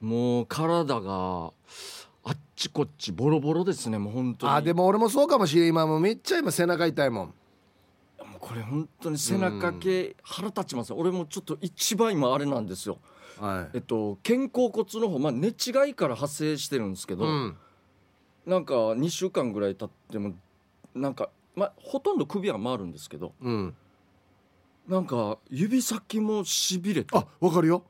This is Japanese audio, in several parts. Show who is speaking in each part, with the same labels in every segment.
Speaker 1: もう体があっちこっちボロボロですねもう本当に
Speaker 2: あでも俺もそうかもしれん今もうめっちゃ今背中痛いもん
Speaker 1: もうこれ本当に背中系腹立ちますね俺もちょっと一番今あれなんですよ
Speaker 2: は
Speaker 1: えっと肩甲骨の方まあ寝違いから派生してるんですけど、
Speaker 2: うん
Speaker 1: なんか2週間ぐらい経ってもなんかまあほとんど首は回るんですけど
Speaker 2: うん
Speaker 1: なんか指先もしびれて
Speaker 2: あわかるよ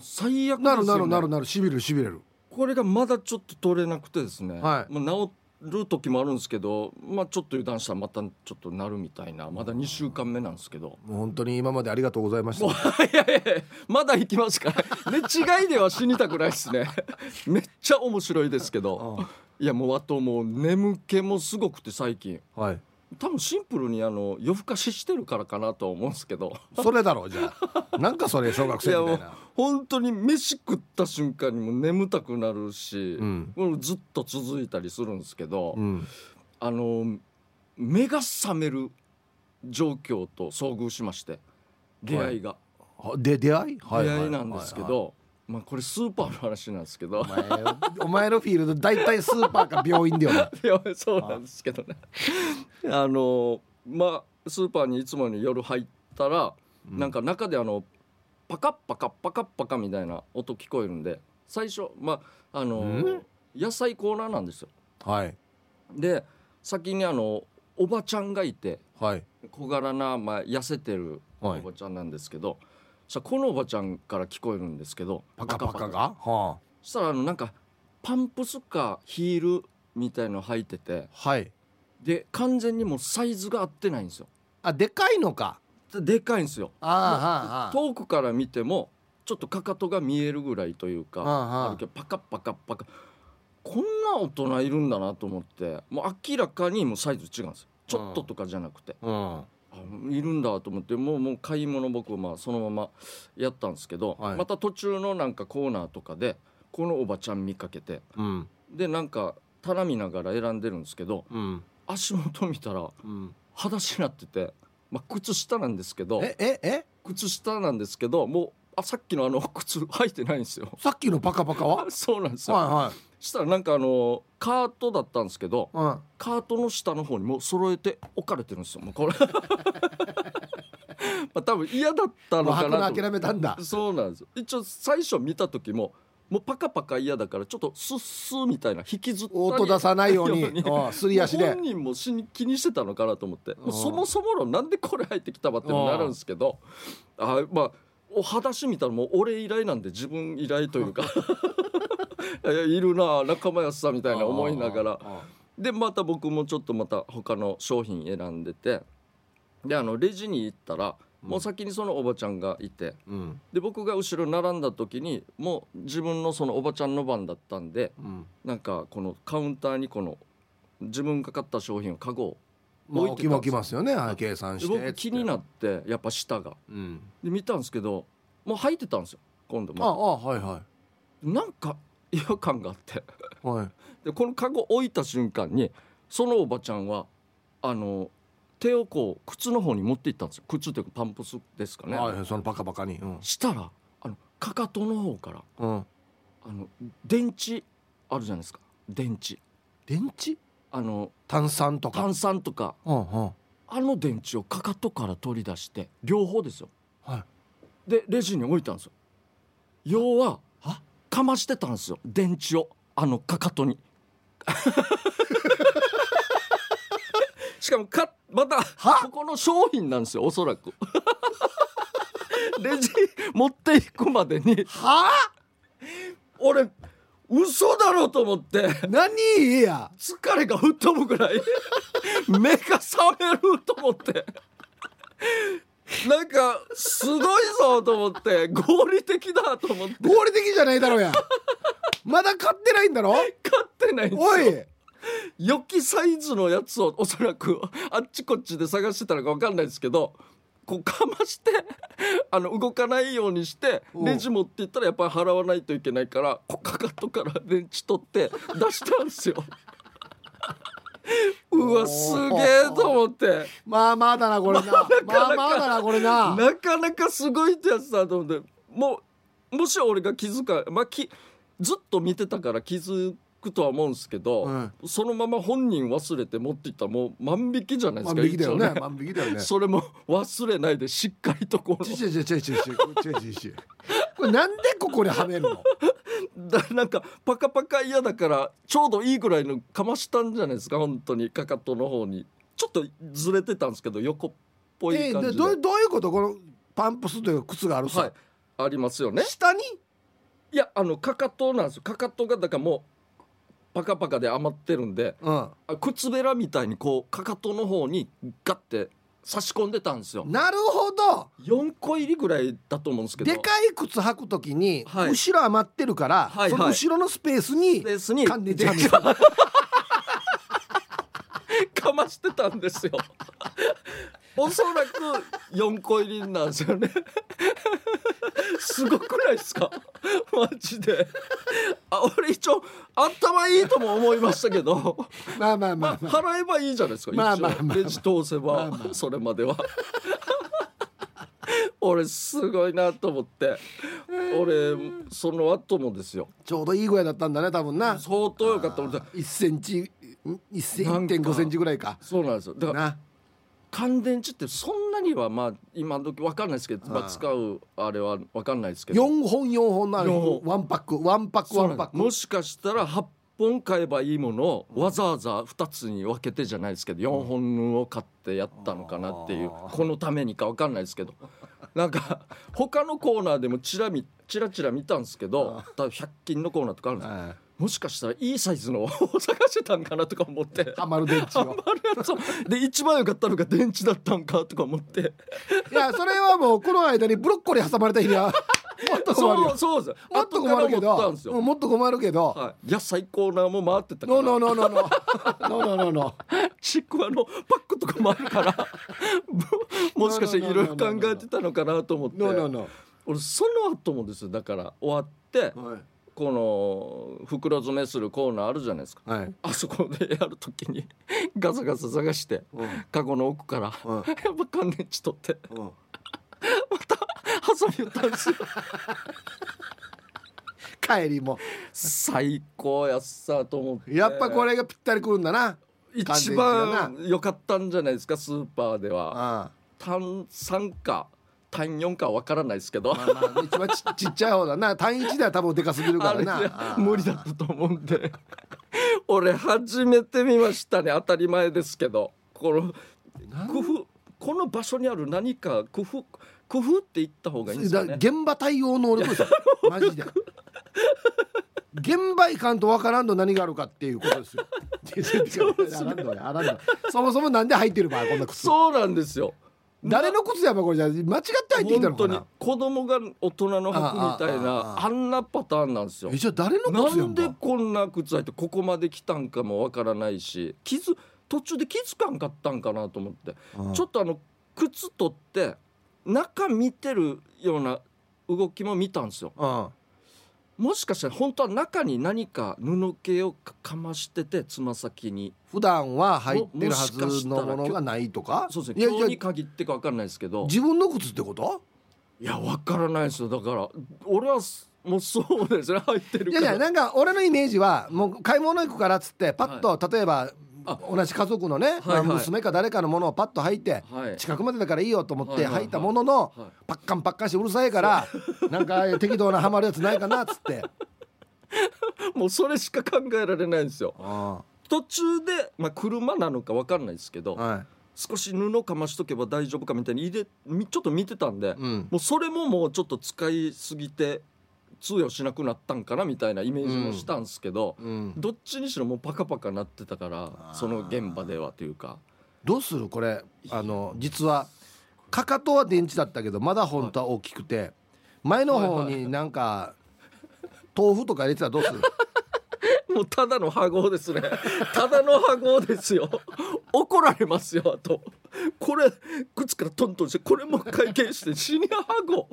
Speaker 1: 最悪です
Speaker 2: な
Speaker 1: よ、
Speaker 2: る
Speaker 1: ね、
Speaker 2: なるなるなるしびれるしびれる
Speaker 1: これがまだちょっと取れなくてですね、
Speaker 2: はい
Speaker 1: まあ、治る時もあるんですけど、まあ、ちょっと油断したらまたちょっとなるみたいなまだ2週間目なんですけ ど。
Speaker 2: もう本当に今までありがとうございま した
Speaker 1: いやいやいやまだ行きますから寝違いでは死にたくないですね めっちゃ面白いですけどいやもうあともう眠気もすごくて最近
Speaker 2: はい
Speaker 1: 多分シンプルにあの夜更かししてるからかなとは思うんですけど
Speaker 2: それだろうじゃあ なんかそれ小学
Speaker 1: い
Speaker 2: 生
Speaker 1: や
Speaker 2: みた
Speaker 1: も
Speaker 2: いうな
Speaker 1: 本当に飯食った瞬間にもう眠たくなるし、
Speaker 2: うん
Speaker 1: もうずっと続いたりするんですけど、
Speaker 2: うん
Speaker 1: あの目が覚める状況と遭遇しまして出会いが、
Speaker 2: あで出会いは
Speaker 1: 出
Speaker 2: は
Speaker 1: 会いなんですけど、まあこれスーパーの話なんですけど
Speaker 2: お前お前のフィールド大体スーパーか病院だ よない
Speaker 1: やそうなん ですけどね あのまあスーパーにいつもより夜入ったら、なんか中であのパカッパカッパカッパカみたいな音聞こえるんで最初まああの、
Speaker 2: ん
Speaker 1: 野菜コーナーなんですよ
Speaker 2: はい
Speaker 1: で先にあのおばちゃんがいて
Speaker 2: はい
Speaker 1: 小柄な、まあ、痩せてるお
Speaker 2: はい
Speaker 1: ばちゃんなんですけど、そしたらこのおばちゃんから聞こえるんですけど
Speaker 2: パカパカがは
Speaker 1: そしたらあのなんかパンプスかヒールみたいの履いてて
Speaker 2: あはい
Speaker 1: で完全にもうサイズが合ってないんですよ
Speaker 2: あでかいのか
Speaker 1: ででかいんですよ
Speaker 2: ああは
Speaker 1: 遠くから見てもちょっとかかとが見えるぐらいという
Speaker 2: あ
Speaker 1: か
Speaker 2: は
Speaker 1: あ
Speaker 2: あ
Speaker 1: るけどパカッパカッパカこんな大人いるんだなと思ってもう明らかにもうサイズ違うんですよちょっととかじゃなくて、
Speaker 2: は
Speaker 1: あいるんだと思ってもうもう買い物僕まあそのままやったんですけど、
Speaker 2: はい
Speaker 1: また途中のなんかコーナーとかでこのおばちゃん見かけて
Speaker 2: うんうん
Speaker 1: でなんか頼みながら選んでるんですけど
Speaker 2: うん
Speaker 1: 足元見たら
Speaker 2: うん
Speaker 1: 裸足になってて、まあ、靴下なんですけど
Speaker 2: えええ
Speaker 1: 靴下なんですけどもうあさっきのあの靴履いてないんですよ
Speaker 2: さっきのパカパカは
Speaker 1: そうなんですよ、
Speaker 2: は
Speaker 1: したらなんかあのカートだったんですけど
Speaker 2: いは
Speaker 1: カートの下の方にもう揃えて置かれてるんですよもうこ れまあ多分嫌だった
Speaker 2: い
Speaker 1: の
Speaker 2: もう
Speaker 1: か
Speaker 2: 履く
Speaker 1: な
Speaker 2: の
Speaker 1: と
Speaker 2: 諦めたんだ
Speaker 1: そうなんですよ一応最初見た時ももうパカパカ嫌だからちょっとスッスーみたいな引きずったり
Speaker 2: 音出さないようにうんすり足で
Speaker 1: 本人も死に気にしてたのかなと思ってもうそもそものなんでこれ入ってきたわってなるんですけどあまあお裸足見たらもう俺依頼なんで自分依頼という かいやいるなあ仲間やすさみたいな思いながら
Speaker 2: あ
Speaker 1: でまた僕もちょっとまた他の商品選んでてであのレジに行ったらもう先にそのおばちゃんがいて。
Speaker 2: うん
Speaker 1: で僕が後ろ並んだ時にもう自分のそのおばちゃんの番だったんで
Speaker 2: うん
Speaker 1: なんかこのカウンターにこの自分が買った商品をカゴを
Speaker 2: まあ
Speaker 1: 置い
Speaker 2: 置
Speaker 1: て
Speaker 2: き
Speaker 1: たん
Speaker 2: も
Speaker 1: です
Speaker 2: 置きますよねはい計算
Speaker 1: で
Speaker 2: して
Speaker 1: 僕気になってやっぱ下が
Speaker 2: うん
Speaker 1: で見たんですけどもう履いてたんですよ今度
Speaker 2: ああ
Speaker 1: も
Speaker 2: はいは
Speaker 1: なんか違和感があって
Speaker 2: いはい
Speaker 1: でこのカゴ置いた瞬間にそのおばちゃんはあの手をこう靴の方に持っていったんですよ靴というかパンプスですかね、
Speaker 2: はいそのパカパカにうん
Speaker 1: したらあのかかとの方から
Speaker 2: うん
Speaker 1: あの電池あるじゃないですか電池
Speaker 2: 電池
Speaker 1: あの
Speaker 2: 炭酸とか
Speaker 1: 炭酸とか
Speaker 2: うんうん
Speaker 1: あの電池をかかとから取り出して両方ですよ
Speaker 2: は
Speaker 1: でレジに置いたんですよ要は
Speaker 2: は
Speaker 1: かましてたんですよ電池をあのかかとに しかもかまたここの商品なんですよおそらくレジ持っていくまでに
Speaker 2: はあ
Speaker 1: 俺嘘だろと思って
Speaker 2: 何いや
Speaker 1: 疲れが吹っ飛ぶぐらい目が覚めると思ってなんかすごいぞと思って合理的だと思って
Speaker 2: 合理的じゃないだろうやまだ買ってないん だろ
Speaker 1: 買ってないんですよ
Speaker 2: おい
Speaker 1: 良きサイズのやつをおそらく あっちこっちで探してたのか分かんないですけどこうかまして あの動かないようにして
Speaker 2: うん
Speaker 1: レジ持っていったらやっぱり払わないといけないからこうかかとから電池取って 出したんですよ。 うわすげえと思って
Speaker 2: まあまあだなこれなまあまあだなこれな
Speaker 1: なかなかすごいってやつだと思ってもうもし俺が気づかまあきずっと見てたから気づくとは思うんですけど、
Speaker 2: は
Speaker 1: そのまま本人忘れて持っていったらもう万引きじゃないです
Speaker 2: 万
Speaker 1: か
Speaker 2: 引きだよね
Speaker 1: 一応
Speaker 2: 万引きだよね
Speaker 1: それも忘れないでしっかりとこ
Speaker 2: ち
Speaker 1: の
Speaker 2: ちちちちちちちちこれなんでここにはめるの
Speaker 1: だなんかパカパカ嫌だからちょうどいいぐらいのかましたんじゃないですか本当にかかとの方にちょっとずれてたんですけど横っぽ
Speaker 2: え
Speaker 1: い感
Speaker 2: で
Speaker 1: じで、
Speaker 2: どうどういうことこのパンプスというか靴があるさ、
Speaker 1: はいありますよね
Speaker 2: 下に
Speaker 1: いやあのかかとなんですよかかとがだからもうパカパカで余ってるんで
Speaker 2: うん
Speaker 1: あ靴べらみたいにこうかかとの方にガッて差し込んでたんですよ
Speaker 2: なるほど
Speaker 1: 4個入りぐらいだと思うんですけど
Speaker 2: でかい靴履くときに、
Speaker 1: はい
Speaker 2: 後ろ余ってるから、
Speaker 1: はい
Speaker 2: その
Speaker 1: はい
Speaker 2: 後ろのスペースに
Speaker 1: ベースに
Speaker 2: 噛んでいっちゃう
Speaker 1: でかかましてたんです よおそらく4個入りなんですよねすごくないですかマジであ俺一応頭いいとも思いましたけど
Speaker 2: まあまあま
Speaker 1: ま
Speaker 2: あ
Speaker 1: あ
Speaker 2: まあ、
Speaker 1: 払えばいいじゃないですか、
Speaker 2: まあまあまあまあ
Speaker 1: 一応レジ通せば、
Speaker 2: まあまあ
Speaker 1: それまでは 俺すごいなと思って俺その後もですよ
Speaker 2: ちょうどいいぐらいだったんだね多分な
Speaker 1: 相当良かった俺だ
Speaker 2: 1センチ1セ
Speaker 1: なんか
Speaker 2: 1.5センチぐらいか
Speaker 1: そうなんですよだから
Speaker 2: な
Speaker 1: 乾電池ってそんなにはまあ今時わかんないですけど、ま
Speaker 2: あ
Speaker 1: あ、
Speaker 2: あ
Speaker 1: 使うあれはわかんないですけど
Speaker 2: 4本4本な
Speaker 1: 四本
Speaker 2: ワンパックワンパック
Speaker 1: そ
Speaker 2: ワ
Speaker 1: うな
Speaker 2: ン
Speaker 1: ん
Speaker 2: パ
Speaker 1: で
Speaker 2: ッ
Speaker 1: す
Speaker 2: ク
Speaker 1: もしかしたら8本買えばいいものをわざわざ2つに分けてじゃないですけど4本を買ってやったのかなっていう
Speaker 2: あー
Speaker 1: このためにか分かんないですけどなんか他のコーナーでもちらみちらちら見たんですけど多分100均のコーナーとかあるんです
Speaker 2: は
Speaker 1: もしかしたらいいサイズのを 探してたんかなとか思って
Speaker 2: い。ハマる電池を
Speaker 1: あれそうで一番良かったのが電池だったんかとか思って
Speaker 2: いやそれはもうこの間にブロッコリー挟まれた日にはもっと困る
Speaker 1: そ
Speaker 2: よ
Speaker 1: うそうです
Speaker 2: もっと困るけ
Speaker 1: 後から思ったん
Speaker 2: ど
Speaker 1: です
Speaker 2: うん
Speaker 1: よ、
Speaker 2: もっと困るけど
Speaker 1: はい、野菜コーナーも回ってたから
Speaker 2: ノーノーノーノーノーノーノーノーノー
Speaker 1: ちくわのパックとかもあるから ももしかしていろいろ考えてたのかなと思って
Speaker 2: ノーノーノ
Speaker 1: 俺その後もですよだから終わって
Speaker 2: ーはい
Speaker 1: この袋詰めするコーナーあるじゃないですか
Speaker 2: はい
Speaker 1: あそこでやるときに ガサガサ探して
Speaker 2: うん
Speaker 1: カゴの奥からや
Speaker 2: うん
Speaker 1: っぱ乾電池取って
Speaker 2: うん
Speaker 1: またハサミ打ったんですよ
Speaker 2: 帰りも
Speaker 1: 最高やっさと思って
Speaker 2: やっぱこれがぴったりくるんだな
Speaker 1: 一
Speaker 2: 乾電
Speaker 1: 番良かったんじゃないですかスーパーでは。
Speaker 2: あ
Speaker 1: 単三か単四かわからないですけど、
Speaker 2: あまあまあ一番ちちっちゃい方だな単一では多分でかすぎるか
Speaker 1: あ
Speaker 2: ら
Speaker 1: れじ
Speaker 2: な
Speaker 1: ゃ無理だったと思うんで俺初めて見ましたね当たり前ですけどこの
Speaker 2: なん
Speaker 1: 工夫この場所にある何か工夫工夫って言った方がいいんです
Speaker 2: だ
Speaker 1: かね
Speaker 2: 現場対応能 力ですよマジで現場行かんとわからんの何があるかっていうことですよあらんのねあらんの そもそもなんで入ってるばこんな靴
Speaker 1: そうなんですよ
Speaker 2: 誰の靴やばこれじゃ間違って入ってきた
Speaker 1: 本
Speaker 2: のか
Speaker 1: 当に
Speaker 2: な
Speaker 1: 子供が大人の履くみたい
Speaker 2: ああああああ
Speaker 1: なあんなパターンなんですよ
Speaker 2: えじゃあ誰の
Speaker 1: な
Speaker 2: 靴や
Speaker 1: ん
Speaker 2: ん
Speaker 1: で
Speaker 2: ば
Speaker 1: こんな靴履いてここまで来たんかもわからないし気づ途中で気づかんかったんかなと思って
Speaker 2: うん
Speaker 1: ちょっとあの靴取って中見てるような動きも見たんですよもしかしたら本当は中に何か布系をかかましててつま先に
Speaker 2: 普段は入ってるはずのものがないとか
Speaker 1: そうです
Speaker 2: い
Speaker 1: ね
Speaker 2: や
Speaker 1: 今日
Speaker 2: い
Speaker 1: に
Speaker 2: や
Speaker 1: 限ってか分かんないですけど
Speaker 2: 自分の靴ってこと
Speaker 1: いや分からないですよだから俺はすもうそうですね入ってる
Speaker 2: い
Speaker 1: か
Speaker 2: や
Speaker 1: ら
Speaker 2: いやなんか俺のイメージはもう買い物行くからっつってパッと、例えば
Speaker 1: あ
Speaker 2: 同じ家族のね、まあ
Speaker 1: はいはい
Speaker 2: 娘か誰かのものをパッと履いて、
Speaker 1: はい
Speaker 2: 近くまでだからいいよと思っ
Speaker 1: はい
Speaker 2: て
Speaker 1: はいはい
Speaker 2: 履いたものの、
Speaker 1: はい
Speaker 2: パッカンパッカンしてうるさ いからなんかああいう適当なハマるやつないかなっつって
Speaker 1: もうそれしか考えられないんですよ途中で、まあ、車なのか分かんないですけど、
Speaker 2: は
Speaker 1: 少し布かましとけば大丈夫かみたいに入れみちょっと見てたんで、
Speaker 2: い、うん
Speaker 1: もうそれももうちょっと使いすぎて通用しなくなったんかなみたいなイメージもしたんですけど、
Speaker 2: うん、
Speaker 1: どっちにしろもうパカパカなってたから
Speaker 2: ー
Speaker 1: その現場ではというか
Speaker 2: どうするこれあの実はかかとは電池だったけどまだ本当は大きくて前の方になんか豆腐とか入れてたらどう する
Speaker 1: もうただの羽合ですね ただの羽合ですよ 怒られますよあとこれ靴からトントンしてこれも会計してシニア羽合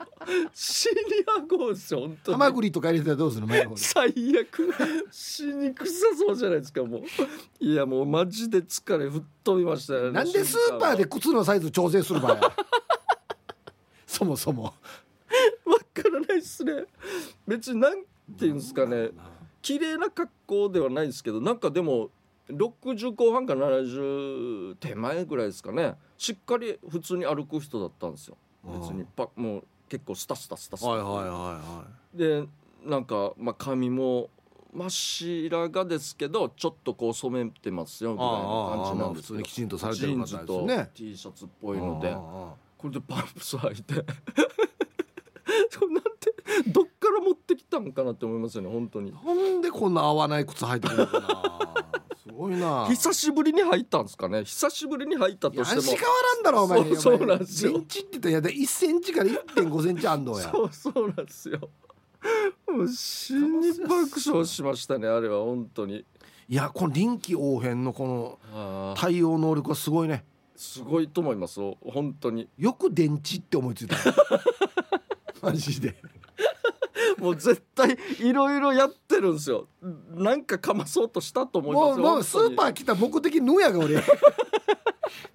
Speaker 1: シニア羽合ですよ本当
Speaker 2: ハ
Speaker 1: に
Speaker 2: マグリとか入れてたらどう する前の方に
Speaker 1: 最悪死にくさそうじゃないですかもういやもうマジで疲れ吹っ飛びましたよね
Speaker 2: なんでスーパーで靴のサイズ調整する 場合そもそも
Speaker 1: わからないっすね別に何ていうんですかね綺麗な格好ではないですけどなんかでも60後半か70手前ぐらいですかねしっかり普通に歩く人だったんですよ別にパもう結構スタスタスタスタ、
Speaker 2: はいはいはいは
Speaker 1: でなんか、まあ、髪も真っ白がですけどちょっとこう染めてますよ
Speaker 2: い
Speaker 1: みたいな
Speaker 2: あ
Speaker 1: 感
Speaker 2: あ
Speaker 1: じ
Speaker 2: ま
Speaker 1: な
Speaker 2: あ
Speaker 1: んです
Speaker 2: 普通
Speaker 1: けど
Speaker 2: にきちんとされて
Speaker 1: ジ
Speaker 2: る
Speaker 1: ーン
Speaker 2: 方
Speaker 1: ズ
Speaker 2: ですよ
Speaker 1: と
Speaker 2: ね
Speaker 1: T シャツっぽいので
Speaker 2: ああ
Speaker 1: これでパンプス履いて そうなんてどっから持ってきたんかなって思いますよね本当に
Speaker 2: ああなんでこんな合わない靴履いてくるのかなすごいな
Speaker 1: 久しぶりに履いたんですかね久しぶりに履いた
Speaker 2: い
Speaker 1: と
Speaker 2: や
Speaker 1: して
Speaker 2: 足
Speaker 1: も
Speaker 2: 変わらんだろお前
Speaker 1: そうそうなんですよ
Speaker 2: インチって言ったらやだ1センチから1.5センチあんのや
Speaker 1: そうそうなんですよもう死に爆笑しましたねあれは本当に
Speaker 2: いやこの臨機応変のこの
Speaker 1: ああ
Speaker 2: 対応能力はすごいね
Speaker 1: すごいと思いますよ本当に
Speaker 2: よく電池って思い ついたマジで
Speaker 1: もう絶対いろいろやってるんですよなんかかまそうとしたと思います
Speaker 2: も
Speaker 1: よ
Speaker 2: うもうスーパ
Speaker 1: ー
Speaker 2: ー来た目的ぬやが俺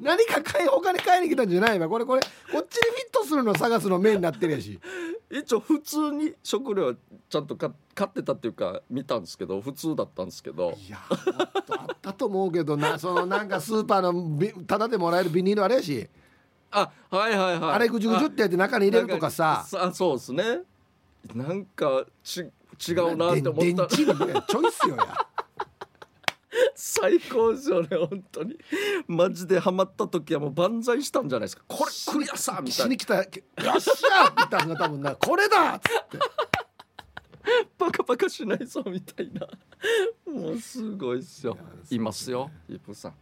Speaker 2: 何か買い他に買いに来たんじゃないわこれこれこっちにフィットするの探すの目になってるやし
Speaker 1: 一応普通に食料はちゃんとか買ってたっていうか見たんですけど普通だったんですけど
Speaker 2: いやもっとあったと思うけどな そのなんかスーパーのびタダでもらえるビニールあれやし、
Speaker 1: あはいはいはい
Speaker 2: あれぐじゅぐじゅってやって中に入れるとかさ
Speaker 1: あそうですねなんかち違うなって思
Speaker 2: で
Speaker 1: った
Speaker 2: 電池のねチョイス よや
Speaker 1: 最高ですよね本当にマジでハマった時はもう万歳したんじゃないですかこれクリアさみた
Speaker 2: し
Speaker 1: い
Speaker 2: に
Speaker 1: な
Speaker 2: 来たよっしゃーって言ったのが多分なこれだっつって
Speaker 1: バカバカしないぞみたいなもうすごいっすよいますよイプさん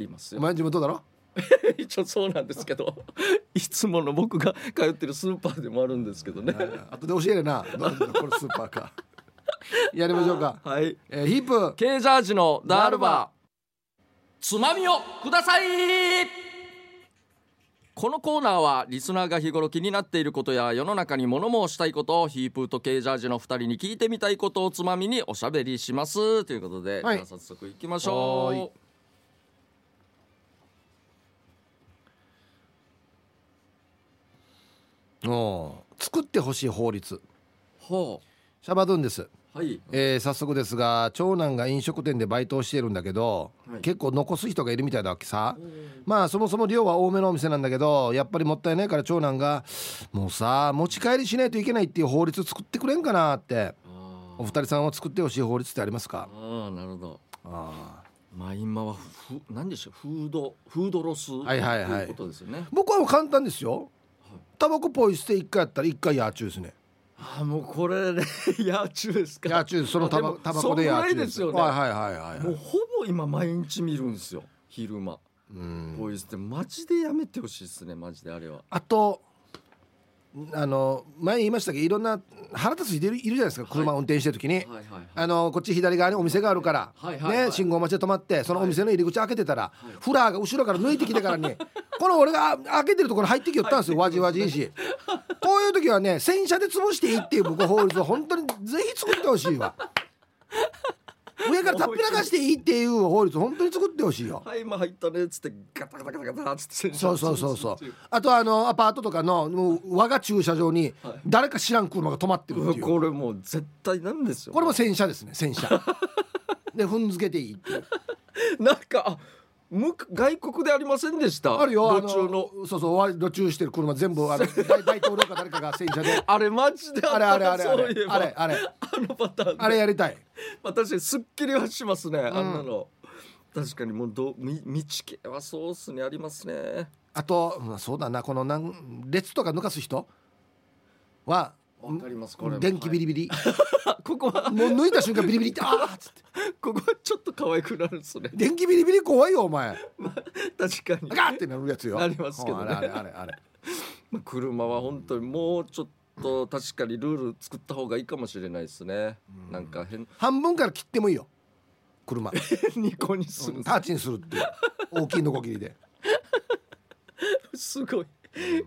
Speaker 1: います
Speaker 2: お
Speaker 1: よ
Speaker 2: 前地元だろ
Speaker 1: 一応そうなんですけどいつもの僕が通ってるスーパーでもあるんですけどね
Speaker 2: あとで教えるなどうぞこれスーパーかやりましょうか、
Speaker 1: はい
Speaker 2: えーヒープ
Speaker 1: K ジャージのダール
Speaker 2: ダールバー
Speaker 1: バーつまみをくださいこのコーナーはリスナーが日頃気になっていることや世の中に物申したいことをヒープーと K ジャージの2人に聞いてみたいことをつまみにおしゃべりしますということで、
Speaker 2: はい
Speaker 1: では早速いきましょ
Speaker 2: は
Speaker 1: う
Speaker 2: ーいおー作ってほしい法律
Speaker 1: ほ
Speaker 2: シャバドゥンです、
Speaker 1: うはい
Speaker 2: えー早速ですが長男が飲食店でバイトをしてるんだけど、
Speaker 1: はい
Speaker 2: 結構残す人がいるみたいだわけさまあそもそも量は多めのお店なんだけどやっぱりもったいないから長男が「もうさ持ち帰りしないといけないっていう法律作ってくれんかな」って
Speaker 1: あ
Speaker 2: お二人さんは作ってほしい法律ってありますか
Speaker 1: あなるほど
Speaker 2: あー
Speaker 1: まあ今はふ何でしょうフードフードロス
Speaker 2: はいはいはい
Speaker 1: ということですよね
Speaker 2: 僕はもう簡単です
Speaker 1: は
Speaker 2: よ
Speaker 1: い
Speaker 2: タバコポイ捨て1回やったら1回野中ですね
Speaker 1: ああもうこれ ね野中ですか
Speaker 2: 野中そのタ
Speaker 1: あ
Speaker 2: バ
Speaker 1: でも
Speaker 2: タバ
Speaker 1: そ
Speaker 2: コで
Speaker 1: んぐ
Speaker 2: 野
Speaker 1: ら
Speaker 2: 中
Speaker 1: いですよね、
Speaker 2: はいはいはいはいは
Speaker 1: もう
Speaker 2: い
Speaker 1: ほぼ今毎日見るんですよ昼間
Speaker 2: うん
Speaker 1: ボイスってマジでやめてほしいですねマジであれは
Speaker 2: あとあの前言いましたけどいろんな腹立つ人いるいるじゃないですか車運転してる時に、
Speaker 1: はいはいはい
Speaker 2: あのこっち左側にお店があるから、
Speaker 1: はいはいはい
Speaker 2: ね、信号待ちで止まってそのお店の入り口開けてたら、フラーが後ろから抜いてきてか らにこの俺があ開けてるところ入ってきよったんですよわじわじいいしこういう時はね洗車で潰していいっていう僕は法律を本当にぜひ作ってほしいわ上からたっぴらかしていいっていう法律を本当に作ってほしいよ
Speaker 1: はい今入ったねっつってガタガタガタガタっつって洗車
Speaker 2: そうそうそうそう
Speaker 1: するってい
Speaker 2: あとあのアパートとかのもう我が駐車場に誰か知らん車が止まってる
Speaker 1: う
Speaker 2: っ
Speaker 1: うわ
Speaker 2: ていう
Speaker 1: これもう絶対なんですよ
Speaker 2: これも洗車ですね 洗車で踏んづけていいっていう
Speaker 1: なんかあむ外国でありませんでした
Speaker 2: あるよあ
Speaker 1: 路中の
Speaker 2: そうそうわ路中してる車全部あの大大統領か誰かが洗 車で
Speaker 1: あれマジで
Speaker 2: あれあれあれあ
Speaker 1: そうい
Speaker 2: れ
Speaker 1: えば
Speaker 2: あれあれ
Speaker 1: あのパターンで
Speaker 2: あれやりたい
Speaker 1: まあ、確かにすっきりはしますね、あんなの確かにもうどみ道系はソースにありますね
Speaker 2: あとうんそうだなこのなん列とか抜かす人は
Speaker 1: わかりますこれも
Speaker 2: 電気ビリビリ、
Speaker 1: あここは
Speaker 2: もう抜いた瞬間ビリビリってあーっつって
Speaker 1: ここはちょっと可愛くなるんですね
Speaker 2: 電気ビリビリ怖いよお前
Speaker 1: 確かに、
Speaker 2: ガーってなるやつよ
Speaker 1: なりますけどね
Speaker 2: うんあれあれあれあれ
Speaker 1: まあ、車は本当にもうちょっと確かにルール作った方がいいかもしれないですね、なんか変
Speaker 2: 半分から切ってもいいよ車タ
Speaker 1: 変にこにする、
Speaker 2: ーチにするっていう大きいノコギリで
Speaker 1: すごい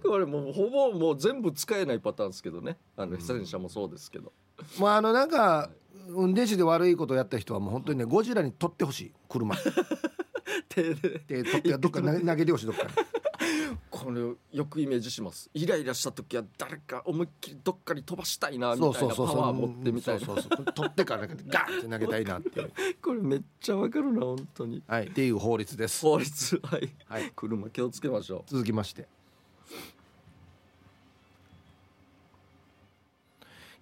Speaker 1: これもうほぼもう全部使えないパターンですけどねあの被災者もそうですけど、
Speaker 2: もうあのなんか運転手で悪いことをやった人はもう本当にねゴジラに取ってほしい車
Speaker 1: 手で
Speaker 2: で取ってどっか投げ投げてほしいどっかに
Speaker 1: これをよくイメージしますイライラした時は誰か思いっきりどっかに飛ばしたいなみ
Speaker 2: そう
Speaker 1: たい
Speaker 2: そ
Speaker 1: なパ
Speaker 2: うそうそう
Speaker 1: ワー持ってみたいな
Speaker 2: そうそうそうこれ取ってからなんかガーンって投げたいなっていう
Speaker 1: これめっちゃわかるな本当に
Speaker 2: はいっていう法律です
Speaker 1: 法律はい、
Speaker 2: はい
Speaker 1: 車気をつけましょ
Speaker 2: 続きまして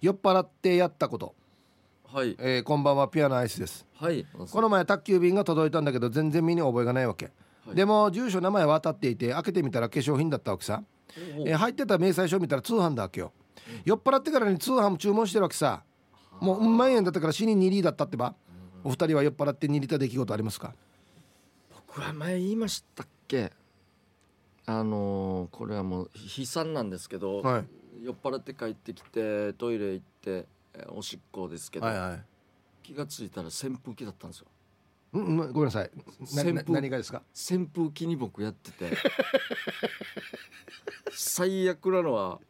Speaker 2: 酔っ払ってやったこと、
Speaker 1: うはい
Speaker 2: えーこんばんはピアノアイスです
Speaker 1: はい
Speaker 2: この前宅急便が届いたんだけど全然身に覚えがないわけ、
Speaker 1: はい
Speaker 2: でも住所名前は当たっていて開けてみたら化粧品だったわけさ、
Speaker 1: おう
Speaker 2: えー入ってた明細書見たら通販だわけよ、酔っ払ってからに通販も注文してるわけさもううん万円だったから死に2リだったってば、お二人は酔っ払って2リた出来事ありますか
Speaker 1: 僕は前言いましたっけあのーこれはもう悲惨なんですけど、
Speaker 2: はい
Speaker 1: 酔っ払って帰ってきてトイレ行ってえーおしっこですけど、
Speaker 2: はいはい
Speaker 1: 気がついたら扇風機だったんですよ
Speaker 2: うんうん、ごめんなさいな
Speaker 1: 扇
Speaker 2: な
Speaker 1: 風
Speaker 2: 何がですか
Speaker 1: 扇風機に僕やってて最悪なのは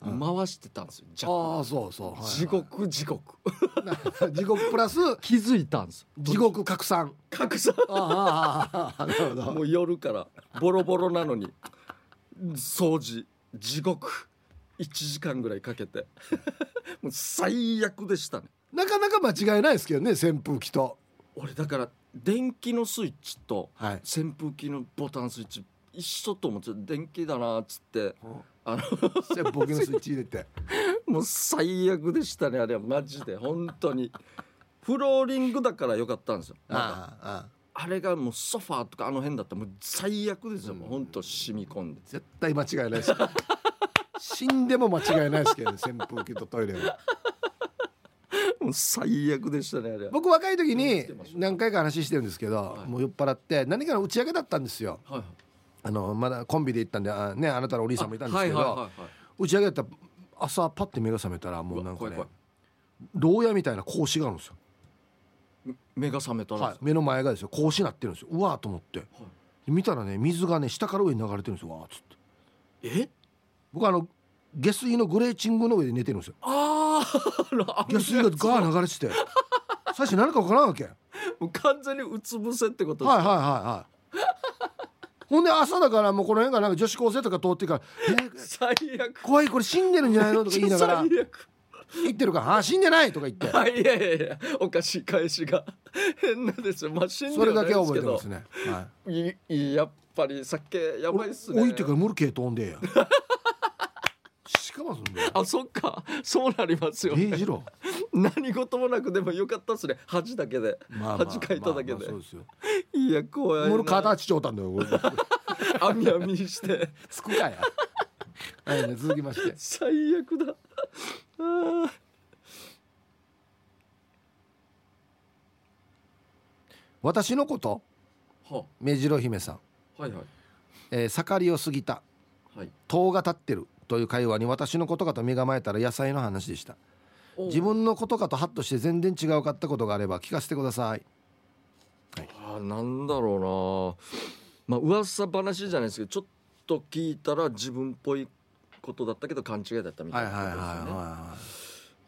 Speaker 1: 回してたんですよジャッ
Speaker 2: ああそうそう、はい
Speaker 1: ク地獄地獄
Speaker 2: な 地獄プラス
Speaker 1: 気づいたんですよ
Speaker 2: 地獄拡散
Speaker 1: 拡散
Speaker 2: ああああああなるほ
Speaker 1: もう夜からボロボロなのに掃除地獄1時間ぐらいかけてもう最悪でしたね
Speaker 2: なかなか間違いないですけどね扇風機と
Speaker 1: 俺だから電気のスイッチと
Speaker 2: はい
Speaker 1: 扇風機のボタンスイッチ一緒と思って電気だなっつってあの
Speaker 2: 扇風機のスイッチ入れて
Speaker 1: もう最悪でしたねあれはマジで本当にフローリングだから良かったんですよまだ
Speaker 2: ああああ
Speaker 1: あれがもうソファーとかあの辺だったらもう最悪ですよ、もう
Speaker 2: うん
Speaker 1: 本当染み込んで
Speaker 2: 絶対間違いないです死んでも間違いないですけどね扇風機とトイレは
Speaker 1: もう最悪でしたねあれは
Speaker 2: 僕若い時に何回か話してるんですけど、
Speaker 1: い
Speaker 2: もう酔っ払って何かの打ち上げだったんですよ
Speaker 1: はいはい
Speaker 2: あのまだコンビで行ったんであ,、ね、あなたのお兄さんもいたんですけど、
Speaker 1: はいはいはいはい
Speaker 2: 打ち上げだったら朝パッて目が覚めたらもうなんか
Speaker 1: うわ
Speaker 2: ね
Speaker 1: 怖い
Speaker 2: 牢屋みたいな格子があるんですよ
Speaker 1: め目が覚めたら、
Speaker 2: はい、目の前がですよこうしなってるんですようわーと思って、見たらね水がね下から上に流れてるんですよわーっつって
Speaker 1: え
Speaker 2: 僕あの下水のグレーチングの上で寝てるんですよ
Speaker 1: あーあの
Speaker 2: 下水がガー流れてて最初何か分からんわけはい
Speaker 1: もう完全にうつ伏せってことです
Speaker 2: はいはいはいほんで朝だからもうこの辺がなんか女子高生とか通ってから「えー
Speaker 1: 最悪
Speaker 2: 怖いこれ死んでるんじゃないの?」とか言い ながら
Speaker 1: 最悪
Speaker 2: 言ってるから「あー死んでない」とか言って
Speaker 1: あいやいやいやおかしい返しが変なですよまあ死んで
Speaker 2: それだけ
Speaker 1: は
Speaker 2: は
Speaker 1: ない
Speaker 2: 覚え
Speaker 1: です
Speaker 2: て
Speaker 1: けど
Speaker 2: ますね、はい
Speaker 1: いいやっぱり酒やばいっすね
Speaker 2: 置いてからムルケー飛んでやしかもそんで
Speaker 1: あそっかそうなりますよね
Speaker 2: 平次郎
Speaker 1: 何事もなくでもよかったっすね恥だけで、恥かいただけで、
Speaker 2: まあまあそうですよ
Speaker 1: いや怖い
Speaker 2: もう
Speaker 1: な
Speaker 2: 形ちょうたんだよ俺
Speaker 1: あみあみして
Speaker 2: つくかやはいね続きまして
Speaker 1: 最悪だあー
Speaker 2: 私のこと
Speaker 1: は
Speaker 2: 目白姫さん、
Speaker 1: あはいはい
Speaker 2: えー盛りを過ぎた
Speaker 1: はい
Speaker 2: 塔が立ってるという会話に私のことかと身構えたら野菜の話でした
Speaker 1: お
Speaker 2: 自分のことかとハッとして全然違うかったことがあれば聞かせてください
Speaker 1: あーなんだろうなまあ噂話じゃないですけどちょっと聞いたら自分っぽいことだったけど勘違いだったみたいなことですよね、
Speaker 2: い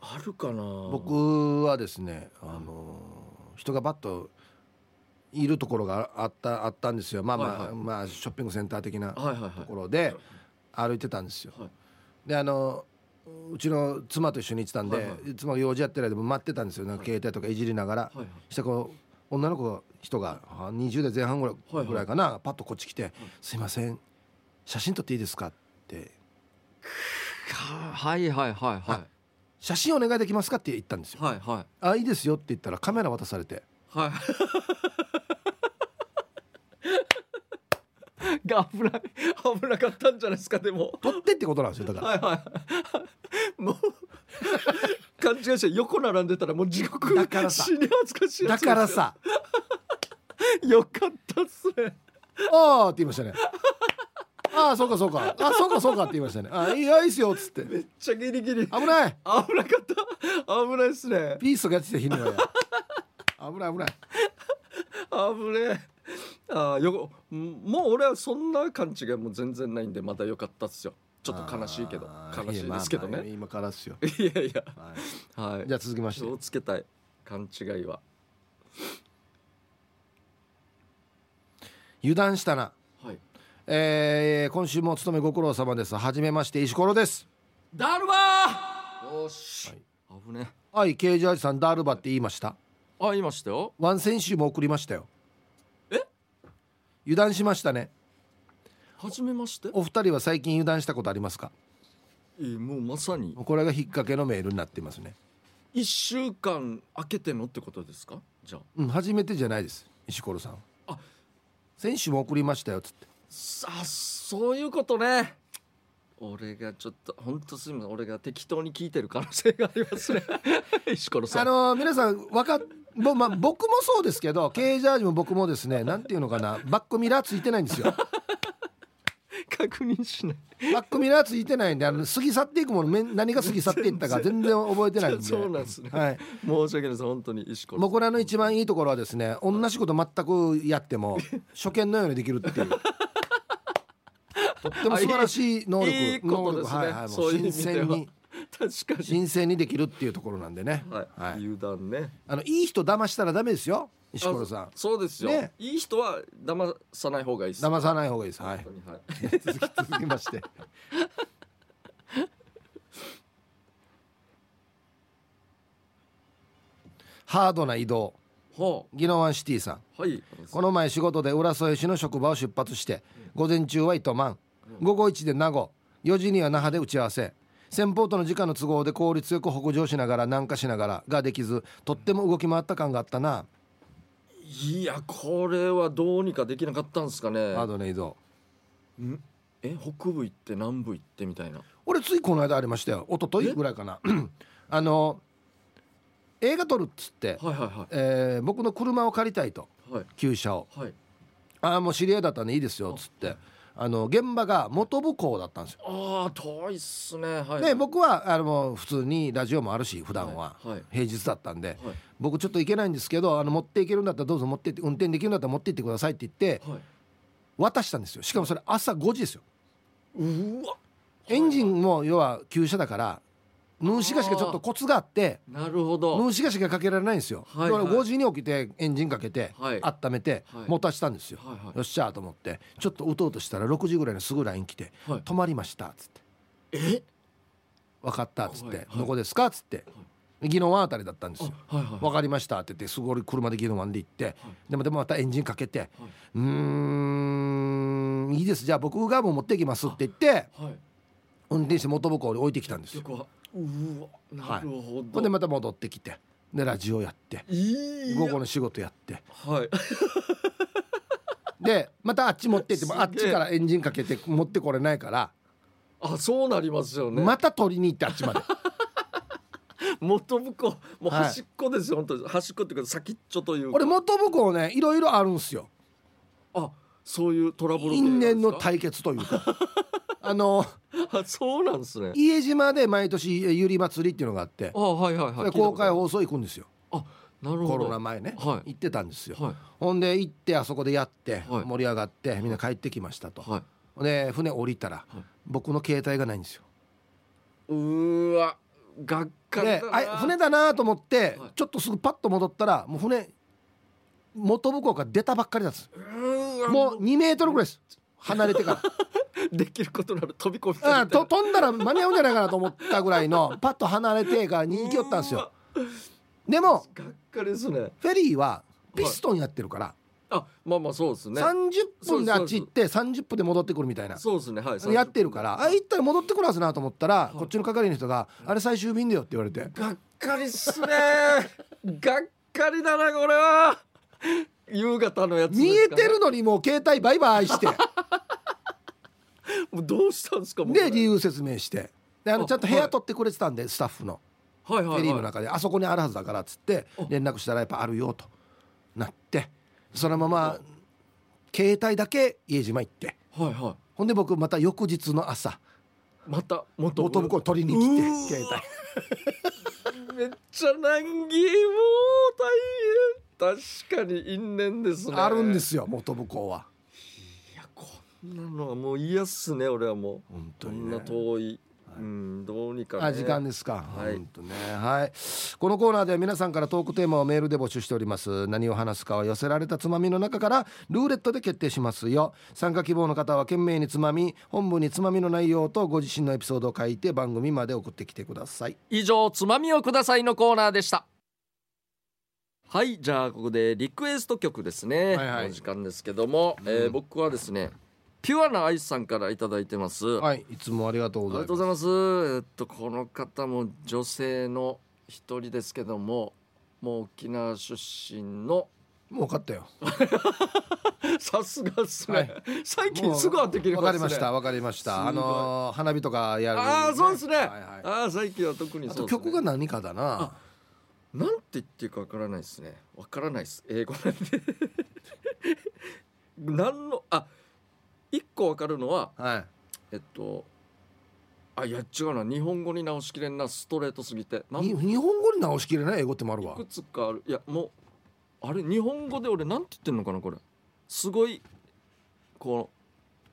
Speaker 1: あるかな
Speaker 2: 僕はですねあのー人がバッといるところがあったあったんですよまあまあ、
Speaker 1: はいはい
Speaker 2: まあショッピングセンター的な
Speaker 1: はいはい
Speaker 2: と
Speaker 1: は
Speaker 2: ころで歩いてたんですよ、
Speaker 1: はい
Speaker 2: であのうちの妻と一緒に行ってたんで、
Speaker 1: はいはい
Speaker 2: 妻が用事やってる間も待ってたんですよなんか携帯とかいじりながら、
Speaker 1: いはい
Speaker 2: したこう女の子が人があ20代前半ぐらい,、
Speaker 1: はいはい
Speaker 2: ぐらいかなパッとこっち来て「すいません写真撮っていいですか?」って
Speaker 1: はいはいはいはいはい
Speaker 2: 「写真お願いできますか?」って言ったんですよ「
Speaker 1: はいはい
Speaker 2: あいいですよ」って言ったらカメラ渡されて
Speaker 1: はい。 が危ない危なかったんじゃないですかでも
Speaker 2: 「撮って」ってことなんですよだから。
Speaker 1: はいはい もう勘違いして横並んでたらもう地獄
Speaker 2: だからさ
Speaker 1: 死に恥ずか しいや
Speaker 2: だ
Speaker 1: つですよ
Speaker 2: からさ
Speaker 1: よかったっすね
Speaker 2: 「ああ」って言いましたね「ああそうかそうかあそうかそうか」って言いましたね「あいいよいいですよ」っつって
Speaker 1: めっちゃギリギリ
Speaker 2: 「危ない!」
Speaker 1: 危なかった危ないっすね
Speaker 2: ピースとかやってた日にはや危ない危ない
Speaker 1: 危ねえあーよんもう俺はそんな勘違いも全然ないんでまだよかったっすよちょっと悲しいけど
Speaker 2: あー
Speaker 1: 悲しいですけど
Speaker 2: やまあま
Speaker 1: ね
Speaker 2: あ今からっすよ、
Speaker 1: いやいや
Speaker 2: はい
Speaker 1: はい
Speaker 2: じゃあ続きまし
Speaker 1: 気
Speaker 2: て
Speaker 1: をつけたい勘違いは
Speaker 2: 油断したな、
Speaker 1: はい
Speaker 2: えー今週もお勤めご苦労様ですはじめまして石ころです
Speaker 1: ダルバーよし、危ね
Speaker 2: はいケージアジさんダールバって言いました
Speaker 1: あ言いましたよ
Speaker 2: ワン先週も送りましたよ
Speaker 1: え
Speaker 2: 油断しましたね
Speaker 1: 初めまして
Speaker 2: お二人は最近油断したことありますか
Speaker 1: えーもうまさに
Speaker 2: これが引っ掛けのメールになってますね
Speaker 1: 一週間開けてのってことですかじゃあ
Speaker 2: うん初めてじゃないです石ころさん
Speaker 1: あ
Speaker 2: 先週も送りましたよつって
Speaker 1: さあそういうことね俺がちょっと本当すみません俺が適当に聞いてる可能性があります ね石ころさん
Speaker 2: あのー皆さんわかっぼまあ、僕もそうですけどケージャージも僕もですねなんていうのかなバックミラーついてないんですよ
Speaker 1: 確認しない
Speaker 2: バックミラーついてないんであの過ぎ去っていくものめ何が過ぎ去っていったか全然覚えてないんで
Speaker 1: そうなんですね
Speaker 2: はい
Speaker 1: 申し訳ないです本当に石ころ
Speaker 2: もうこれの一番いいところはですね同じこと全くやっても初見のようにできるっていうとっても素晴らしい能力
Speaker 1: いいこ
Speaker 2: 能
Speaker 1: とで
Speaker 2: 力
Speaker 1: すね
Speaker 2: はいはいも
Speaker 1: そう
Speaker 2: う
Speaker 1: いう意
Speaker 2: 新
Speaker 1: 味で
Speaker 2: 鮮
Speaker 1: は
Speaker 2: に
Speaker 1: 確かに
Speaker 2: 新鮮にできるっていうところなんでね、
Speaker 1: はい、
Speaker 2: はい
Speaker 1: 油断ね
Speaker 2: あのいい人騙したらダメですよ石ころさん
Speaker 1: あそうですよ、
Speaker 2: ね
Speaker 1: いい人は騙さない方がいいです
Speaker 2: 騙さない方がいいですはい
Speaker 1: 本当にはい
Speaker 2: 続き続きましてハードな移動
Speaker 1: は
Speaker 2: 宜野湾シティさん
Speaker 1: あはい
Speaker 2: この前仕事で浦添市の職場を出発して午前中は糸満午後1で名護4時には那覇で打ち合わせ先方との時間の都合で効率よく北上しながら南下しながらができずとっても動き回った感があったない
Speaker 1: やこれはどうにかできなかったんですかね
Speaker 2: ハードな移動
Speaker 1: んえ北部行って南部行ってみたいな
Speaker 2: 俺ついこの間ありましたよ一昨日ぐらいかなあの映画撮るっつって、
Speaker 1: はいはいは
Speaker 2: えー僕の車を借りたいと
Speaker 1: いはい
Speaker 2: 旧車を
Speaker 1: はい
Speaker 2: ああもう知り合いだったんでいいですよっつってあの現場が本部港だったんですよ
Speaker 1: ああ遠いっすねはい
Speaker 2: で僕はあのもう普通にラジオもあるし普段は、
Speaker 1: はいはい
Speaker 2: 平日だったんで、
Speaker 1: はい
Speaker 2: 僕ちょっと行けないんですけどあの持っていけるんだったらどうぞ持ってって運転できるんだったら持って行ってくださいって言って
Speaker 1: はい
Speaker 2: 渡したんですよしかもそれ朝5時ですよ
Speaker 1: うわ
Speaker 2: エンジンも要は旧車だからヌンシガシがちょっとコツがあって
Speaker 1: なるほ
Speaker 2: ヌ
Speaker 1: ど
Speaker 2: ンシガシがかけられないんですよ、
Speaker 1: はい
Speaker 2: だから
Speaker 1: はい
Speaker 2: 5時に起きてエンジンかけて、
Speaker 1: はい
Speaker 2: 温めて、
Speaker 1: はい
Speaker 2: 持たしたんですよ、
Speaker 1: はいはい
Speaker 2: よっしゃーと思ってちょっと打とうとしたら6時ぐらいにすぐ LINE 来て「
Speaker 1: はい
Speaker 2: 止まりました」っつって
Speaker 1: え
Speaker 2: 「分かった」っつっ
Speaker 1: はい
Speaker 2: て
Speaker 1: は
Speaker 2: 「
Speaker 1: い
Speaker 2: どこですか?」っつって宜野湾あたりだったんです
Speaker 1: あ
Speaker 2: よ
Speaker 1: はい
Speaker 2: 「
Speaker 1: は
Speaker 2: 分かりました」って言ってすごい車で宜野湾で行って、でもでもまたエンジンかけて「うーんいいですじゃあ僕がもう持ってきます」って言って
Speaker 1: いはい
Speaker 2: 運転して元向こうに置いてきたんです
Speaker 1: 結
Speaker 2: よ。
Speaker 1: 局はうわなるほ
Speaker 2: ほ
Speaker 1: ど
Speaker 2: んでまた戻ってきてでラジオやって
Speaker 1: いい
Speaker 2: 午後の仕事やって
Speaker 1: はい
Speaker 2: でまたあっち持ってってもあっ
Speaker 1: す
Speaker 2: ち
Speaker 1: げえ
Speaker 2: からエンジンかけて持ってこれないから、
Speaker 1: あそうなりますよね
Speaker 2: また取りに行ってあっちまで
Speaker 1: 元向こうもう
Speaker 2: はい
Speaker 1: 端っこですよ、本当に端っこっていうか先っちょというか
Speaker 2: 俺元向こうねいろいろあるんすよ
Speaker 1: あそういうトラブル系なん
Speaker 2: 因
Speaker 1: です
Speaker 2: 縁の
Speaker 1: か
Speaker 2: 対決というかあの
Speaker 1: あそうなんですね
Speaker 2: 家島で毎年ゆり祭りっていうのがあって
Speaker 1: あはいはいはい
Speaker 2: 公開
Speaker 1: を
Speaker 2: 放送行くんですよ
Speaker 1: あなるほど
Speaker 2: コロナ前ね、
Speaker 1: はい
Speaker 2: 行ってたんですよ、
Speaker 1: はい
Speaker 2: ほんで行ってあそこでやって
Speaker 1: はい
Speaker 2: 盛り上がってみんな帰ってきましたと、
Speaker 1: はい
Speaker 2: ほんで船降りたら
Speaker 1: い
Speaker 2: 僕の携帯がないんですよ
Speaker 1: うーわがっかり
Speaker 2: で
Speaker 1: だな
Speaker 2: あ船だなと思って、
Speaker 1: はい
Speaker 2: ちょっとすぐパッと戻ったらもう船元向こうから出たばっかりなんです
Speaker 1: うーわ
Speaker 2: もう2メートルぐらいです離れてか
Speaker 1: できることなら飛び込み
Speaker 2: ら、
Speaker 1: たい
Speaker 2: うん、
Speaker 1: みたい
Speaker 2: と飛んだら間に合うんじゃないかなと思ったぐら いのパッと離れてからに行きよったんですよ
Speaker 1: な
Speaker 2: でも
Speaker 1: がっかりですね
Speaker 2: フェリーはピストンやってるから、
Speaker 1: あまあまあそうですね
Speaker 2: 30分であっち行って30分で戻ってくるみたいな
Speaker 1: そうですねはい
Speaker 2: やってるからあ行ったら戻ってくるはずなと思ったら、
Speaker 1: い
Speaker 2: こっちの係の人が「あれ最終便だよ」って言われて
Speaker 1: がっかりっす ねがっかりだなこれは夕方のやつですかね
Speaker 2: 見えてるのにもう携帯バイバ イして
Speaker 1: もうどうしたんですかもうこれ
Speaker 2: で理由説明してであの
Speaker 1: あ
Speaker 2: ちゃんと部屋
Speaker 1: はい
Speaker 2: 取ってくれてたんでスタッフの
Speaker 1: はいはい
Speaker 2: フ
Speaker 1: は
Speaker 2: ェ
Speaker 1: い
Speaker 2: リーの中で「あそこにあるはずだから」っつって
Speaker 1: あ
Speaker 2: 連絡したらやっぱあるよとなってそのまま携帯だけ家島行って
Speaker 1: はいは
Speaker 2: ほんで僕また翌日の朝
Speaker 1: いまた元
Speaker 2: 元向こう取りに来
Speaker 1: うわ
Speaker 2: て携帯
Speaker 1: めっちゃ難儀もう大変確かに因縁ですね
Speaker 2: あるんですすよ元向こうは。
Speaker 1: いやこんなのはもう嫌っすね俺はもう
Speaker 2: 本当
Speaker 1: こ
Speaker 2: に
Speaker 1: ん
Speaker 2: ね
Speaker 1: な遠いうんどうにか、ね、
Speaker 2: あ時間ですか、
Speaker 1: はい
Speaker 2: ほんとねはい、このコーナーでは皆さんからトークテーマをメールで募集しております何を話すかは寄せられたつまみの中からルーレットで決定しますよ参加希望の方は懸命につまみ本文につまみの内容とご自身のエピソードを書いて番組まで送ってきてください
Speaker 1: 以上つまみをくださいのコーナーでしたはいじゃあここでリクエスト曲ですね、
Speaker 2: はいはい
Speaker 1: お時間ですけども、えー僕はですねピュアなアイスさんからいただいてます、
Speaker 2: はいいつもありがとう
Speaker 1: あ
Speaker 2: ご
Speaker 1: り
Speaker 2: ざ
Speaker 1: がとうご
Speaker 2: います
Speaker 1: ざいますえっとこの方も女性の一人ですけどももう沖縄出身の
Speaker 2: もう分かったよ
Speaker 1: さすがっすね、
Speaker 2: はい
Speaker 1: 最
Speaker 2: も
Speaker 1: 近
Speaker 2: う
Speaker 1: すぐ当てきれ
Speaker 2: わ
Speaker 1: ま
Speaker 2: か
Speaker 1: す
Speaker 2: り
Speaker 1: ね
Speaker 2: ましたわかりまし
Speaker 1: すご
Speaker 2: た
Speaker 1: い
Speaker 2: あのー花火とかやる、
Speaker 1: ああそうですね、
Speaker 2: はいはい
Speaker 1: ああ最近は特に
Speaker 2: あ
Speaker 1: そ
Speaker 2: と
Speaker 1: うです、ね、
Speaker 2: 曲が何かだな
Speaker 1: なんて言っていいかわからないですね。わからないです。英語なんで。 なんのあ一個わかるのは
Speaker 2: はい
Speaker 1: えっとあいや違うな日本語に直しきれんなストレートすぎてなん
Speaker 2: に
Speaker 1: い
Speaker 2: 日本語に直しきれない英語ってもあるわ
Speaker 1: くつかあるいやもうあれ日本語で俺なんて言ってんのかなこれすごいこ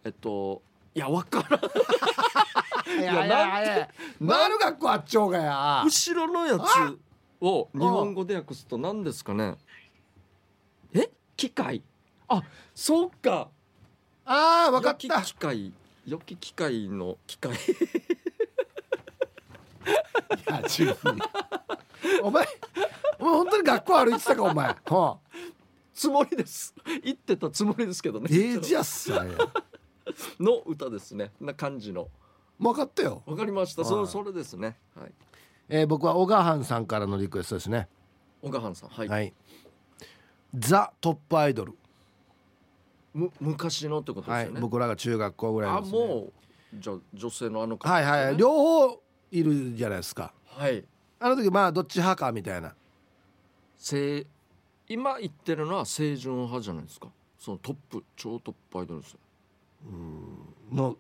Speaker 1: うえっといやわからん
Speaker 2: いやい
Speaker 1: や
Speaker 2: や
Speaker 1: いや
Speaker 2: いやいやなる学校あっちょうがや
Speaker 1: 後ろのや
Speaker 2: あ
Speaker 1: つを日本語で訳すと何ですかねえ機械あそうか
Speaker 2: ああ分かっ
Speaker 1: 良
Speaker 2: た
Speaker 1: き機械良き機械の機械
Speaker 2: いや自分お前お前本当に学校歩いてた かお前はあ
Speaker 1: つもりです言ってたつもりですけどね
Speaker 2: えー、じゃあさ
Speaker 1: の歌ですねな感じの
Speaker 2: 分かったよ、
Speaker 1: わかりました
Speaker 2: はい
Speaker 1: そそれですねはい
Speaker 2: えー、僕は小川藩さんからのリクエストですね
Speaker 1: 小川さんはい、
Speaker 2: はいザ・トップアイドル、
Speaker 1: む昔のってことで
Speaker 2: は
Speaker 1: す
Speaker 2: い
Speaker 1: よね、
Speaker 2: 僕らが中学校ぐらい
Speaker 1: あ
Speaker 2: のですね、
Speaker 1: もうじゃあ女性のあの方
Speaker 2: はいはいはい両方いるじゃないですか
Speaker 1: はい
Speaker 2: あの時まあどっち派かみたいな
Speaker 1: せ今言ってるのは青春派じゃないですかそのトップ超トップアイドルですよ
Speaker 2: の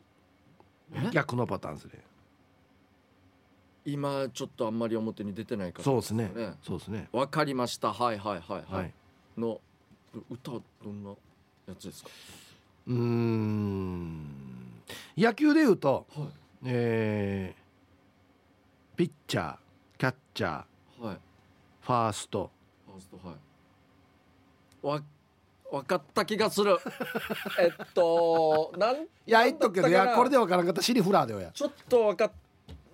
Speaker 1: え
Speaker 2: 逆のパターンですね
Speaker 1: 今ちょっとあんまり表に出てないから
Speaker 2: そうですね
Speaker 1: ね
Speaker 2: そうですね
Speaker 1: わかりましたはいはいはいはい、
Speaker 2: はい
Speaker 1: の歌はどんなやつですか
Speaker 2: うーん野球でいうと、
Speaker 1: は
Speaker 2: えーピッチャーキャッチャー
Speaker 1: いはい
Speaker 2: ファースト
Speaker 1: ファーストはいわ分かった気がす るえっとなん
Speaker 2: いや言っとくけどい
Speaker 1: なんだったかな
Speaker 2: やこれでわからんかったシリフラーでよや
Speaker 1: ちょっと分かっ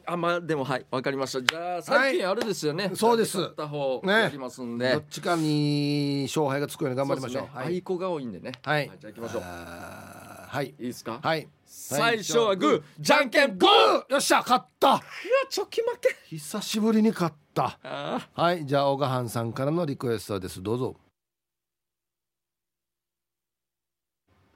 Speaker 1: あまあでもはい分かりましたじゃあ最近あれですよね、
Speaker 2: そうです
Speaker 1: 勝った方
Speaker 2: ね
Speaker 1: やりますんで、
Speaker 2: どっちかに勝敗がつくように頑張りましょう
Speaker 1: そですね愛子が多いんでね
Speaker 2: はい
Speaker 1: じゃあ行きましょう
Speaker 2: あーはい
Speaker 1: いいですか、
Speaker 2: はい
Speaker 1: 最初はグーじゃんけんポンうわ
Speaker 2: よっしゃ勝った
Speaker 1: チョキ負け
Speaker 2: 久しぶりに勝った
Speaker 1: あー
Speaker 2: はいじゃあ小川藩さんからのリクエストですどうぞ
Speaker 1: は、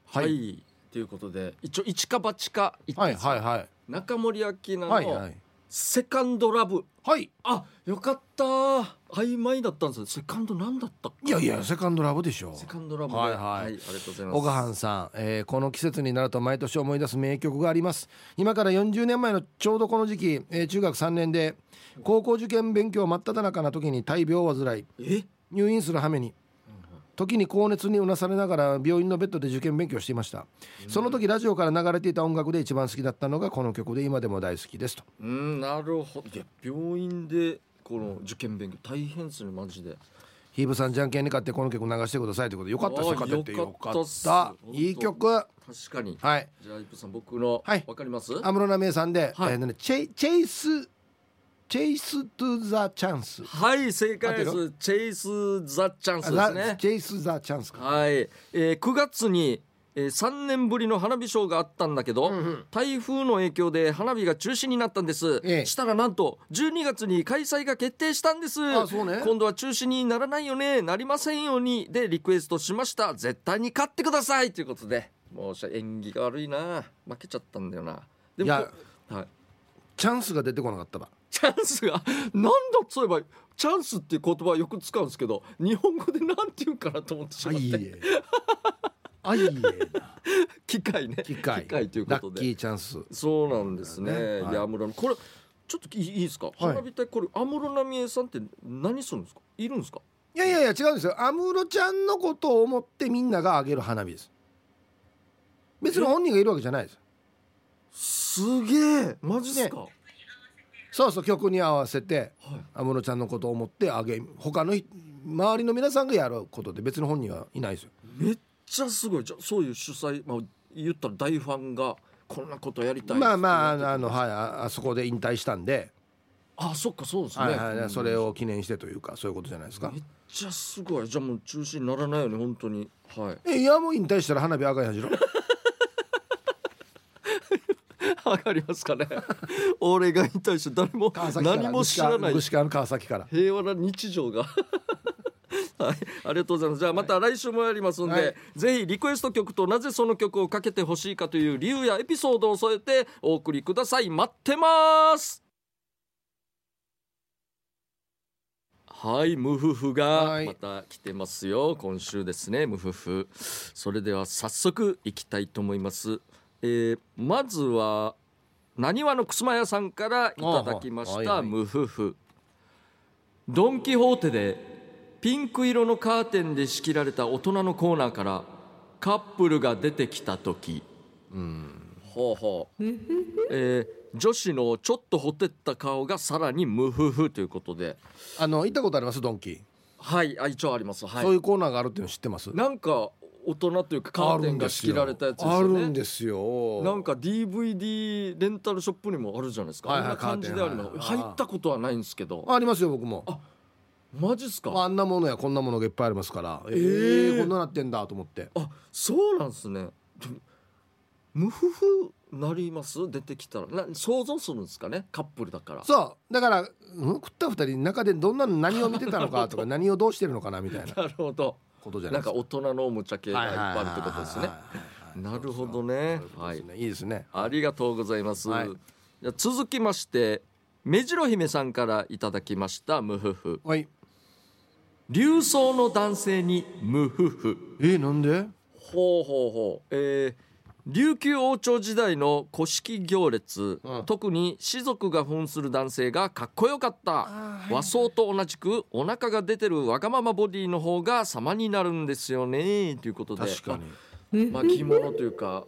Speaker 2: はいい
Speaker 1: ということで一応一か八か言って
Speaker 2: は
Speaker 1: ん
Speaker 2: い
Speaker 1: ですよ
Speaker 2: はいはい
Speaker 1: 中森明菜の、
Speaker 2: はいはい
Speaker 1: セカンドラブ
Speaker 2: はい
Speaker 1: あよかった曖昧だったんですよセカンドなんだったっけ
Speaker 2: いやいやセカンドラブでしょ
Speaker 1: セカンドラブで
Speaker 2: はいはい
Speaker 1: ありがとうございます
Speaker 2: 小川藩さん、えーこの季節になると毎年思い出す名曲があります今から40年前のちょうどこの時期、えー中学3年で高校受験勉強真っ只中な時に大病を患い
Speaker 1: え
Speaker 2: 入院する羽目に時に高熱にうなされながら病院のベッドで受験勉強していましたその時ラジオから流れていた音楽で一番好きだったのがこの曲で今でも大好きですと
Speaker 1: うんなるほどいや病院でこの受験勉強大変ですねマジで
Speaker 2: ヒーブさんじゃんけんに勝ってこの曲流してくださいということでよかったですよ
Speaker 1: あー
Speaker 2: 勝てて
Speaker 1: よ
Speaker 2: よ
Speaker 1: か
Speaker 2: か
Speaker 1: っ
Speaker 2: ったた
Speaker 1: っす
Speaker 2: いい曲は
Speaker 1: 確かに
Speaker 2: い
Speaker 1: じゃあイプさん僕のわ、
Speaker 2: はい
Speaker 1: かります
Speaker 2: 安室奈美恵さんで、
Speaker 1: はい
Speaker 2: えーなんだチェイチェイスチェイストゥザチャンス
Speaker 1: はい正解で
Speaker 2: 合って
Speaker 1: すチェイス・ザ・チャンスで
Speaker 2: ザ
Speaker 1: すね
Speaker 2: チェイスザチャンスか
Speaker 1: はい、えー9月に、え3年ぶりの花火ショーがあったんだけど、台風の影響で花火が中止になったんです、
Speaker 2: ええ
Speaker 1: したらなんと12月に開催が決定したんです
Speaker 2: あそうね
Speaker 1: 今度は中止にならないよねなりませんようにでリクエストしました絶対に勝ってくださいということでもうしゃ演技が悪いな負けちゃったんだよなで
Speaker 2: い
Speaker 1: も
Speaker 2: や
Speaker 1: はい、
Speaker 2: チャンスが出てこなかったば
Speaker 1: チャンスがなんだそういえばチャンスっていう言葉はよく使うんですけど日本語でなんて言うかなと思ってし
Speaker 2: あ
Speaker 1: まっ
Speaker 2: いい
Speaker 1: て
Speaker 2: えあいいえ な
Speaker 1: 機械ね
Speaker 2: 機会
Speaker 1: というこ
Speaker 2: ラ
Speaker 1: と
Speaker 2: ッ
Speaker 1: で
Speaker 2: キーチャンス
Speaker 1: そうなんですね。
Speaker 2: ねはい
Speaker 1: いや安室奈美これちょっといいいいですか。花火大これ安室奈美恵さんって何するんですか。いるんですか。
Speaker 2: いやいやいや違うんですよ安室ちゃんのことを思ってみんながあげる花火です別に本人がいるわけじゃないです
Speaker 1: すげえマジっすか。
Speaker 2: そうそう曲に合わせて安室ちゃんのことを思ってあげ他の人周りの皆さんがやることで別の本人はいないですよ
Speaker 1: めっちゃすごいじゃあそういう主催、まあ、言ったら大ファンがこんなことやりたい
Speaker 2: まあまああ
Speaker 1: あ
Speaker 2: のあのはいああそこで引退したんで、
Speaker 1: あそっかそうですね、
Speaker 2: はいはい
Speaker 1: うん
Speaker 2: それを記念してというかそういうことじゃないですか
Speaker 1: めっちゃすごいじゃあもう中止にならないように本当にはい
Speaker 2: えいやもう引退したら花火赤いはじろ
Speaker 1: わかりますかね俺がに対して誰も
Speaker 2: 川崎から
Speaker 1: 何も知らない
Speaker 2: ぐしかの川崎から
Speaker 1: 平和な日常 がはい、ありがとうございますじゃあまた来週もやりますんで、
Speaker 2: はい
Speaker 1: ぜひリクエスト曲となぜその曲をかけてほしいかという理由やエピソードを添えてお送りください待ってますはいムフフ
Speaker 2: は
Speaker 1: が
Speaker 2: い
Speaker 1: また来てますよ今週ですねムフフそれでは早速いきたいと思います、えーまずはなにわのくすま屋さんからいただきまし
Speaker 2: あは
Speaker 1: た
Speaker 2: い
Speaker 1: ムフフドン・キホーテでピンク色のカーテンで仕切られた大人のコーナーからカップルが出てきた時ほうほう、えー女子のちょっとほてった顔がさらにムフフということで
Speaker 2: あの行ったことありますドンキ、
Speaker 1: はいあ一応ありますはい
Speaker 2: そういうコーナーがあるっていうの知ってます
Speaker 1: なんか大人というかカーテンが仕切られたやつです
Speaker 2: あ
Speaker 1: よ
Speaker 2: るん
Speaker 1: ね
Speaker 2: ですよ
Speaker 1: なんか DVD レンタルショップにもあるじゃないですか、
Speaker 2: はいはい
Speaker 1: あんな感じであります、
Speaker 2: カーテンはい
Speaker 1: 入ったことはないんですけど
Speaker 2: ありますよ僕も
Speaker 1: あマジっすか、
Speaker 2: まああんなものやこんなものがいっぱいありますからええ
Speaker 1: ー
Speaker 2: こんななってんだと思って
Speaker 1: あそうなんですねでもムフフなります出てきたらな想像するんですかねカップルだから
Speaker 2: そうだから、うん、食った二人中でどんなの何を見てたのか とか何をどうしてるのかなみたいな
Speaker 1: なるほど
Speaker 2: ことじゃな
Speaker 1: ないん
Speaker 2: で
Speaker 1: か
Speaker 2: すか
Speaker 1: 大人のおもちゃ系がいっぱいあるってことですね
Speaker 2: はいはいはいはい
Speaker 1: なるほどね
Speaker 2: そうそうそういうことですねいいですね
Speaker 1: ありがとうございます、
Speaker 2: はい
Speaker 1: じゃあ続きまして目白姫さんからいただきましたムフフ
Speaker 2: はい
Speaker 1: 流走の男性にムフフ
Speaker 2: えー、なんで
Speaker 1: ほうほうほうえー琉球王朝時代の古式行列、
Speaker 2: うん
Speaker 1: 特に士族が扮する男性がかっこよかった、和装と同じくお腹が出てるわがままボディの方が様になるんですよねということで
Speaker 2: 確かに
Speaker 1: にまあ着物というか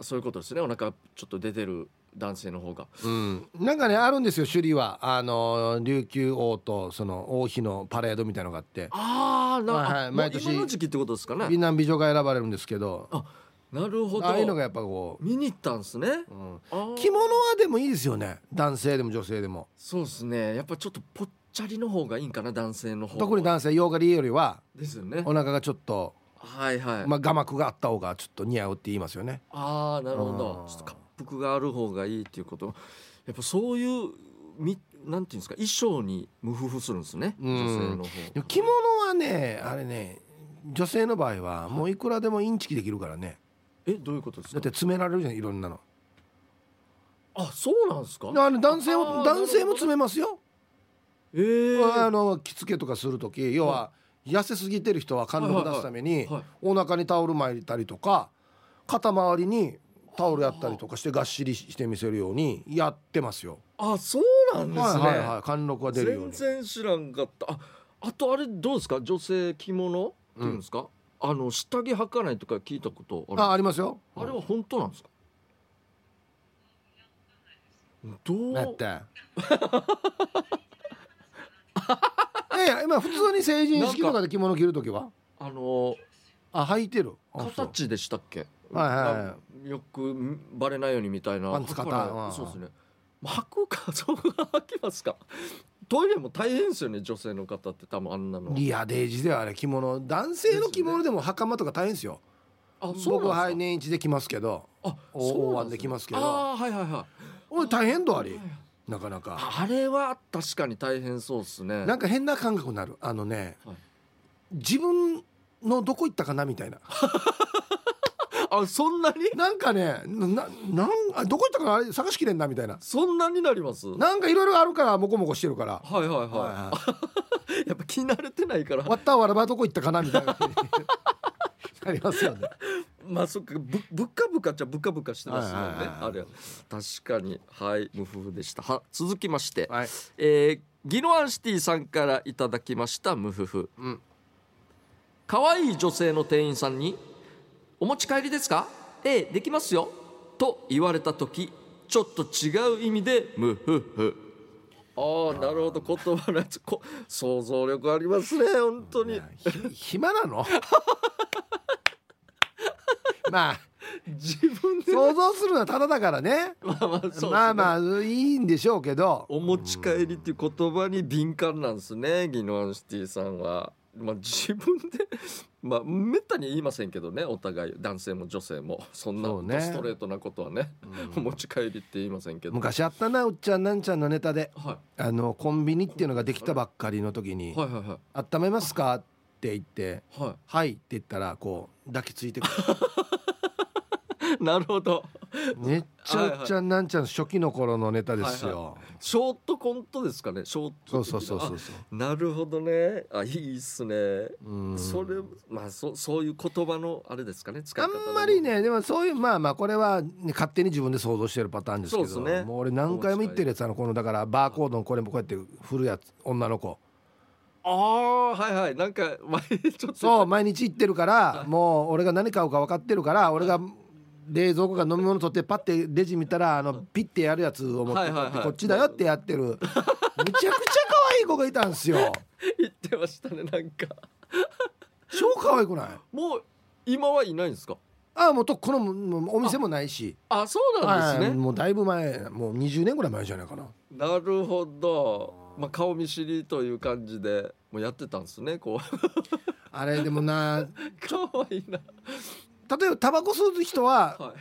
Speaker 1: そういうことですねお腹ちょっと出てる男性の方が
Speaker 2: うん、なんかねあるんですよ首里はあの琉球王とその王妃のパレードみたいのがあって
Speaker 1: ああな、
Speaker 2: はいはい
Speaker 1: あ
Speaker 2: 毎年
Speaker 1: もう今の時期ってことですか
Speaker 2: 美
Speaker 1: ね
Speaker 2: 男美女が選ばれるんですけど
Speaker 1: あなるほど
Speaker 2: ああいうのがやっぱこ
Speaker 1: 見に行ったんですね、
Speaker 2: う、うん、
Speaker 1: あー
Speaker 2: 着物はでもいいですよね男性でも女性でも
Speaker 1: そうですねやっぱちょっとぽっちゃりの方がいいんかな男性の方
Speaker 2: 特に男性洋狩りよりは
Speaker 1: ですよね
Speaker 2: お腹がちょっと、
Speaker 1: はいはい、
Speaker 2: まあ、我膜があった方がちょっと似合うって言いますよね
Speaker 1: ああなるほど
Speaker 2: あー
Speaker 1: ちょっと滑腹がある方がいいっていうことやっぱそういうみなんていうんですか衣装に無夫婦するんですね
Speaker 2: うん
Speaker 1: 女性の
Speaker 2: で
Speaker 1: 方
Speaker 2: も着物はねあれね女性の場合はもういくらでもインチキできるからね
Speaker 1: えどういうことです
Speaker 2: だ
Speaker 1: か
Speaker 2: って詰められるじゃんいろんなの
Speaker 1: あそうなんですか
Speaker 2: あの男性
Speaker 1: あ
Speaker 2: も
Speaker 1: ー
Speaker 2: 男性も詰めますよ
Speaker 1: えー、
Speaker 2: あの着付けとかする時要は痩せすぎてる人は貫禄出すために
Speaker 1: はい
Speaker 2: お腹にタオル巻いたりとか肩周りにタオルやったりとかしてがっしりして見せるようにやってますよ。
Speaker 1: あそうなんですね、
Speaker 2: はいはいはい、貫禄が出るよう
Speaker 1: 全
Speaker 2: に。
Speaker 1: 然知らんかったああとあれどうですか女性着物っていうんですか、あの下着履かないとか聞いたことある
Speaker 2: あありますよ。
Speaker 1: あれは本当なんですか。どう。
Speaker 2: だ って。いやいや今普通に成人式とかで着物着る時は
Speaker 1: あの
Speaker 2: あ履いてる。あそう
Speaker 1: 形でしたっけ。
Speaker 2: はいはいは
Speaker 1: あよくバレないようにみたいな。
Speaker 2: パンツ肩
Speaker 1: だから
Speaker 2: うん
Speaker 1: そうですね。履くか、そう履きますか。トイレも大変ですよね、女性の方って多分あんなの。
Speaker 2: いやデイジーではあれ着物男性の着物でも袴とか大変ですよ。
Speaker 1: あ
Speaker 2: 僕ははい
Speaker 1: ね。
Speaker 2: 年一で着ますけど。
Speaker 1: あ、
Speaker 2: お
Speaker 1: そう
Speaker 2: 大
Speaker 1: な
Speaker 2: 腕
Speaker 1: ん
Speaker 2: です
Speaker 1: ね
Speaker 2: きますけど
Speaker 1: あー、はいはいは
Speaker 2: おい大変だあ
Speaker 1: い
Speaker 2: れ。なかなか
Speaker 1: あ。あれは確かに大変そうですね。
Speaker 2: なんか変な感覚になるあのね、
Speaker 1: はい
Speaker 2: 自分のどこ行ったかなみたいな
Speaker 1: あ、そんなに。
Speaker 2: なんかねなななんあどこ行ったかなあれ探しきれんなみたいな
Speaker 1: そんなになります。はい
Speaker 2: なんかいろいろあるからモコモコしてるから、
Speaker 1: はいはい。
Speaker 2: はいはい
Speaker 1: やっぱ気慣れてないから。
Speaker 2: わったわらばどこ行ったかなみた いなありますよね
Speaker 1: まあそっかぶぶっかぶかっちゃぶっかぶかしてますもんね、
Speaker 2: はいはいはいはい
Speaker 1: あれは確かにはい無夫婦でしたは続きまして、
Speaker 2: はい
Speaker 1: えーギノアンシティさんからいただきました無夫婦、
Speaker 2: うん
Speaker 1: 可愛い女性の店員さんに「お持ち帰りですかええできますよ」と言われた時ちょっと違う意味で無夫婦ああなるほど言葉のやつこ想像力ありますね本当に
Speaker 2: ひ暇なの まあ
Speaker 1: 自分で
Speaker 2: 想像するのはただだからね
Speaker 1: まあまあそうですね
Speaker 2: まあまあいいんでしょうけど
Speaker 1: お持ち帰りっていう言葉に敏感なんですねギノアンシティさんは。まあ、自分で まあめったに言いませんけどねお互い男性も女性もそんな
Speaker 2: そうね
Speaker 1: ストレートなことはねお持ち帰りって言いませんけど、
Speaker 2: 昔あったなうっちゃんなんちゃんのネタで
Speaker 1: は
Speaker 2: あのコンビニっていうのができたばっかりの時
Speaker 1: い、
Speaker 2: に
Speaker 1: はいはいは
Speaker 2: 「温めますか?」って言って
Speaker 1: いは
Speaker 2: 「はい」って言ったらこう抱きついてく
Speaker 1: いなるほど
Speaker 2: るめっちゃうっちゃんなんちゃんの初期の頃のネタです
Speaker 1: は
Speaker 2: よ
Speaker 1: ショートコントですかねショー
Speaker 2: そ
Speaker 1: ト
Speaker 2: う
Speaker 1: 的
Speaker 2: そ
Speaker 1: な
Speaker 2: うそうそうそう
Speaker 1: あなるほどねあいいっすね
Speaker 2: うん
Speaker 1: それまあそそういう言葉のあれですかね使い
Speaker 2: あ
Speaker 1: 方
Speaker 2: ん
Speaker 1: の
Speaker 2: まりねでもそういうまあまあこれはね、勝手に自分で想像してるパターンですけ
Speaker 1: そ
Speaker 2: ど
Speaker 1: うですね
Speaker 2: もう俺何回も言ってるやつあのこのだからバーコードのこれもこうやって振るやつ女の子
Speaker 1: ああはいはいなんか前ちょっと
Speaker 2: そう毎日行ってるからもう俺が何買うか分かってるから俺が冷蔵庫から飲み物取ってパッてレジ見たらあのピッてやるやつを持って
Speaker 1: はいはいはい
Speaker 2: こっちだよってやってるむちゃくちゃ可愛い子がいたんですよ
Speaker 1: 言ってましたねなんか
Speaker 2: 超可愛くない
Speaker 1: もう今はいないんですか
Speaker 2: ああもうとこのもうお店もないし
Speaker 1: あそうなんです
Speaker 2: はい
Speaker 1: ね
Speaker 2: もうだいぶ前もう20年ぐらい前じゃないかな
Speaker 1: なるほどまあ顔見知りという感じでもうやってたんですねこ う
Speaker 2: あれでもな
Speaker 1: 可愛いな
Speaker 2: 例えばタバコ吸う人は
Speaker 1: は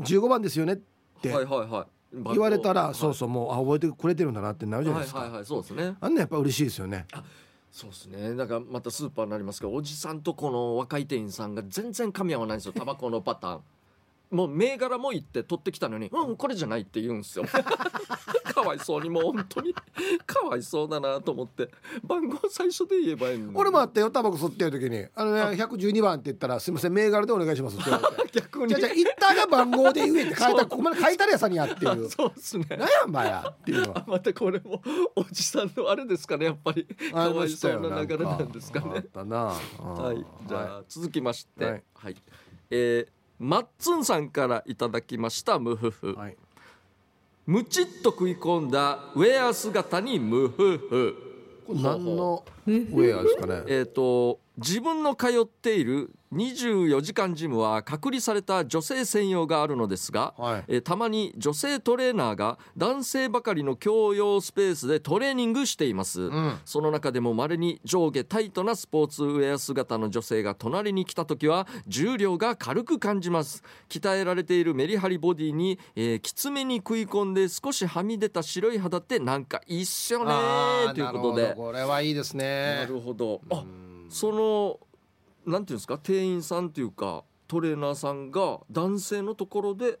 Speaker 2: 15番ですよねって
Speaker 1: いはいはいはい
Speaker 2: 言われたらそう
Speaker 1: そ
Speaker 2: そうもうあ覚えてくれてるんだなってなるじゃ
Speaker 1: は
Speaker 2: ないで
Speaker 1: い
Speaker 2: すか、
Speaker 1: はいはいそうですね
Speaker 2: あんなやっぱ嬉しいですよね
Speaker 1: そうですねなんかまたスーパーになりますけどおじさんとこの若い店員さんが全然噛み合わないんですよ タバコのパターンもう銘柄も言って取ってきたのに「うんこれじゃない」って言うんですよ かわいそうにもう本当にかわいそうだなと思って番号最初で言えばいいのに
Speaker 2: 俺もあったよタバコ吸ってる時に「あのね112番」って言ったら「すいません銘柄でお願いします」って言われ て
Speaker 1: 逆
Speaker 2: 「
Speaker 1: に
Speaker 2: じゃあじゃあ一旦が番号で言え」って書いたここまで書いたらやさにやってい う
Speaker 1: そうですね
Speaker 2: 「なんやお前や」っていうのは
Speaker 1: あまたこれもおじさんのあれですかねやっぱりか
Speaker 2: あり
Speaker 1: わ
Speaker 2: ま
Speaker 1: い
Speaker 2: し
Speaker 1: そ
Speaker 2: た
Speaker 1: う
Speaker 2: よ
Speaker 1: な流れなんですか
Speaker 2: なんあ
Speaker 1: ね
Speaker 2: ったなうん
Speaker 1: はい、じゃ
Speaker 2: は
Speaker 1: あ続きまして、は
Speaker 2: はいい
Speaker 1: えーマッツンさんからいただきましたムフフ、
Speaker 2: いはい
Speaker 1: ムチッと食い込んだウェア姿にムフフ
Speaker 2: これ何のウェアですかね
Speaker 1: えー、と自分の通っている24時間ジムは隔離された女性専用があるのですが、
Speaker 2: はい
Speaker 1: えーたまに女性トレーナーが男性ばかりの共用スペースでトレーニングしています、
Speaker 2: ん
Speaker 1: その中でもまれに上下タイトなスポーツウェア姿の女性が隣に来た時は重量が軽く感じます鍛えられているメリハリボディに、えーきつめに食い込んで少しはみ出た白い肌ってなんか一緒ね
Speaker 2: あー
Speaker 1: ということで
Speaker 2: なるほどこれはいいです
Speaker 1: な
Speaker 2: ね
Speaker 1: るほど。あ
Speaker 2: ん
Speaker 1: そのなんていうんですか店員さんというかトレーナーさんが男性のところで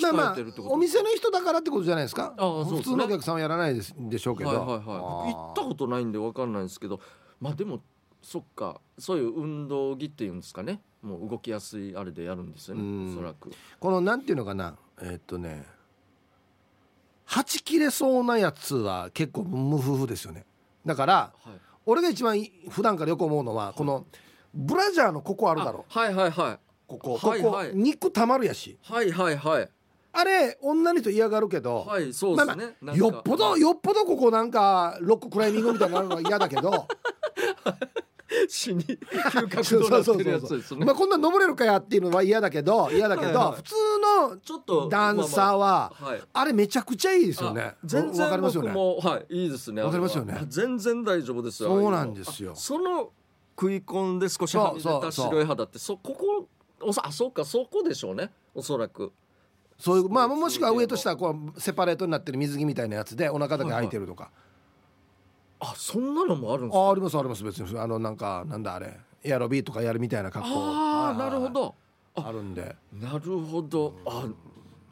Speaker 2: まあま
Speaker 1: 鍛え
Speaker 2: あ
Speaker 1: てるってこと
Speaker 2: お店の人だからってことじゃないですか
Speaker 1: あーそうですね
Speaker 2: 普通のお客さんはやらないですでしょうけど
Speaker 1: はいはいはい僕行ったことないんでわかんないんですけどまあでもそっかそういう運動着っていうんですかねもう動きやすいあれでやるんですよ
Speaker 2: うん
Speaker 1: ねおそらく
Speaker 2: このなんていうのかなえーっとねはち切れそうなやつは結構無夫婦ですよねだから
Speaker 1: はい
Speaker 2: 俺が一番い普段からよく思うのはこのブラジャーのここあるだろ
Speaker 1: あはいはいはい
Speaker 2: こここ
Speaker 1: はい
Speaker 2: こ
Speaker 1: はい
Speaker 2: 肉たまるやし
Speaker 1: はいはいはい
Speaker 2: あれ女の人嫌がるけど、
Speaker 1: はいそう
Speaker 2: ま
Speaker 1: で
Speaker 2: あ
Speaker 1: す
Speaker 2: ま
Speaker 1: ね
Speaker 2: あよっぽどよっぽどここなんかロッククライミングみたいになるのは嫌だけど
Speaker 1: 死に嗅覚となってるやつですね
Speaker 2: まあこんな登れるかやっていうのは嫌だ けど嫌だけど、
Speaker 1: はいはい
Speaker 2: 普通の
Speaker 1: ちょっと
Speaker 2: ダンサーは
Speaker 1: まあまあはい
Speaker 2: あれめちゃくちゃいいですよね
Speaker 1: あ。全
Speaker 2: わわか
Speaker 1: 然
Speaker 2: ります
Speaker 1: 僕
Speaker 2: よね。
Speaker 1: も、はい、いいですね。
Speaker 2: わかりますよね
Speaker 1: あれは全然大丈夫ですよ。
Speaker 2: そうなんですよ
Speaker 1: あその食い込んで少しはみ出
Speaker 2: そうそ
Speaker 1: た
Speaker 2: うそう
Speaker 1: 白い肌って、そここ、おそあ、そうか、そこでしょうね。おそらく。
Speaker 2: そういうまあもしくは上としたらこうセパレートになってる水着みたいなやつでお腹だけ開いてるとか。
Speaker 1: あ、そんなのもあるんです
Speaker 2: あ
Speaker 1: か。
Speaker 2: ありますあります別にあのなんかなんだあれエアロビーとかやるみたいな格好。
Speaker 1: ああ、
Speaker 2: は
Speaker 1: ない
Speaker 2: は
Speaker 1: る
Speaker 2: い
Speaker 1: ほど。
Speaker 2: あるんで。
Speaker 1: なるほど。あ、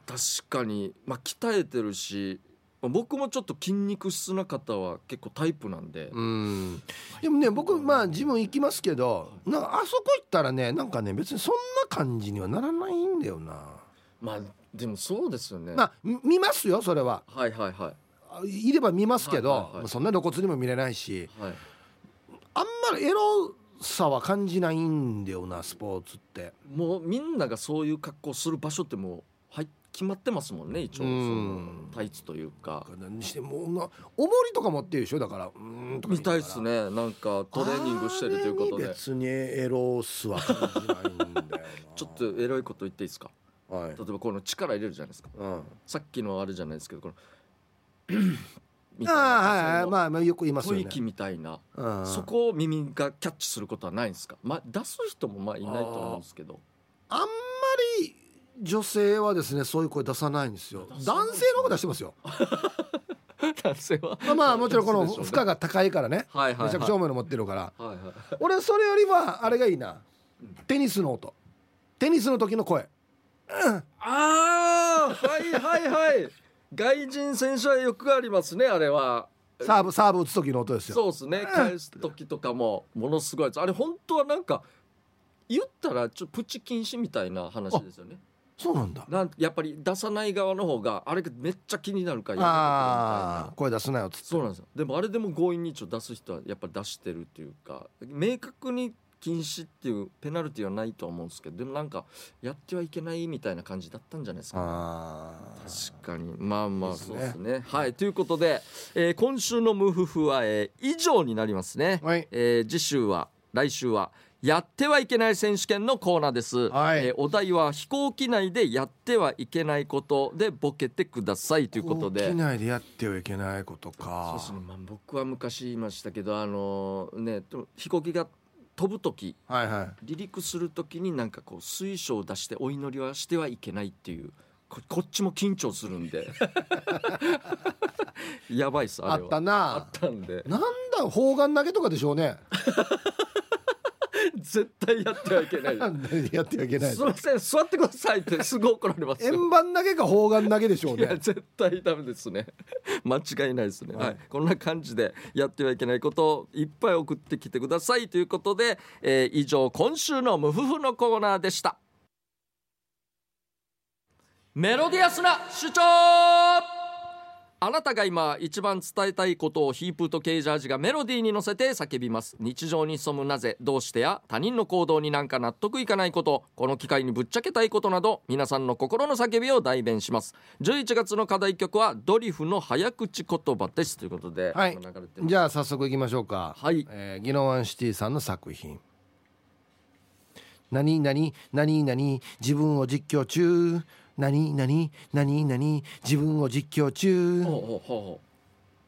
Speaker 1: 確かに、まあ、鍛えてるし。まあ僕もちょっと筋肉質な方は結構タイプなんで。
Speaker 2: うん。でもね僕まあジム行きますけどなんかあそこ行ったらねなんかね別にそんな感じにはならないんだよな。
Speaker 1: まあ、でも、そうですよね。
Speaker 2: まあみ見ますよそれは
Speaker 1: はいはいはい。
Speaker 2: あいれば見ますけど、
Speaker 1: はいはいはい
Speaker 2: そんな露骨にも見れないし。
Speaker 1: はい。
Speaker 2: あんまりエロさは感じないんだよなスポーツって
Speaker 1: もうみんながそういう格好する場所ってもう入っ決まってますもんね一応その
Speaker 2: ん
Speaker 1: タイツというか
Speaker 2: 何にしてもな重りとか持ってるでしょだからうーんとか
Speaker 1: みたいですねなんかトレーニングしてるということ
Speaker 2: あれに
Speaker 1: で
Speaker 2: 別にエロスは感じないんだよな
Speaker 1: ちょっとエロいこと言っていいですか
Speaker 2: はい
Speaker 1: 例えばこの力入れるじゃないですか
Speaker 2: うん、あ
Speaker 1: さっきのあれじゃないですけ どこのみたいな
Speaker 2: あはいはいまあまあよく言います
Speaker 1: 吐
Speaker 2: よね
Speaker 1: 息みたいな
Speaker 2: うん
Speaker 1: そこを耳がキャッチすることはないんですか、まあ、出す人もまあいないと思うんですけど
Speaker 2: あんまり女性はですねそういう声出さないんですよ
Speaker 1: 出さない
Speaker 2: 男性の方が出して ますよ
Speaker 1: 男性は
Speaker 2: まあまあもちろんこの
Speaker 1: 出すで
Speaker 2: 負
Speaker 1: しょうね
Speaker 2: 荷が高いからね
Speaker 1: はいはい
Speaker 2: め
Speaker 1: はい
Speaker 2: ちゃくちゃ重いの持ってるから
Speaker 1: はいはい
Speaker 2: 俺それよりはあれがいいなテニスの音テニスの時の声
Speaker 1: ああはいはいはい 外人選手はよくありますねあれは
Speaker 2: サーブサーブ打つ時の音ですよ
Speaker 1: そうですね返す時とかもものすごいやつあれ本当はなんか言ったらちょっとプチ禁止みたいな話ですよね
Speaker 2: そうなんだ
Speaker 1: なんやっぱり出さない側の方があれがめっちゃ気になるからやめとこうみたいな
Speaker 2: ああ声出すなよっつって
Speaker 1: そうなんですよでもあれでも強引に一応出す人はやっぱり出してるっていうか明確に禁止っていうペナルティはないとは思うんですけどでもなんかやってはいけないみたいな感じだったんじゃないですかね、
Speaker 2: ああ
Speaker 1: 確かにまあまあ
Speaker 2: です
Speaker 1: そう
Speaker 2: ね
Speaker 1: ですねはいということで、えー今週の「ムフフは」えー以上になりますね、
Speaker 2: はい
Speaker 1: えー次週は来週はやってはいけない選手権のコーナーです、
Speaker 2: はい
Speaker 1: えーお題は飛行機内でやってはいけないことでボケてくださいということで
Speaker 2: 機内でやってはいけないこと
Speaker 1: そう
Speaker 2: か
Speaker 1: ですね、まあ、僕は昔言いましたけどあのーねでも飛行機が飛ぶ時
Speaker 2: はいはい
Speaker 1: 離陸する時になんかこう水晶を出してお祈りはしてはいけないっていうここっちも緊張するん でやばいっす
Speaker 2: あ
Speaker 1: あれ
Speaker 2: っ
Speaker 1: は
Speaker 2: た
Speaker 1: あ
Speaker 2: な
Speaker 1: ったんで
Speaker 2: なんだ砲丸投げとかでしょうね
Speaker 1: 絶対やってはいけない
Speaker 2: なんで やってはいけない
Speaker 1: すいません座ってくださいってすごい怒られますよ
Speaker 2: 円盤投げか砲丸投げでしょう
Speaker 1: いや
Speaker 2: ね
Speaker 1: 絶対ダメですね 間違いないですね、は
Speaker 2: はい
Speaker 1: いこんな感じでやってはいけないことをいっぱい送ってきてくださいということで、えー以上今週の「ムフフ」のコーナーでしたメロディアスな主張あなたが今一番伝えたいことをヒープとケイジャージがメロディーに乗せて叫びます日常に潜むなぜどうしてや他人の行動になんか納得いかないことこの機会にぶっちゃけたいことなど皆さんの心の叫びを代弁します11月の課題曲はドリフの早口言葉ですということで、
Speaker 2: はい
Speaker 1: 今流れてる
Speaker 2: じゃあ早速いきましょうか
Speaker 1: はい
Speaker 2: えー、ギノワンシティさんの作品何何何何自分を実況中何何何何自分を実況中
Speaker 1: ほうほうほうほ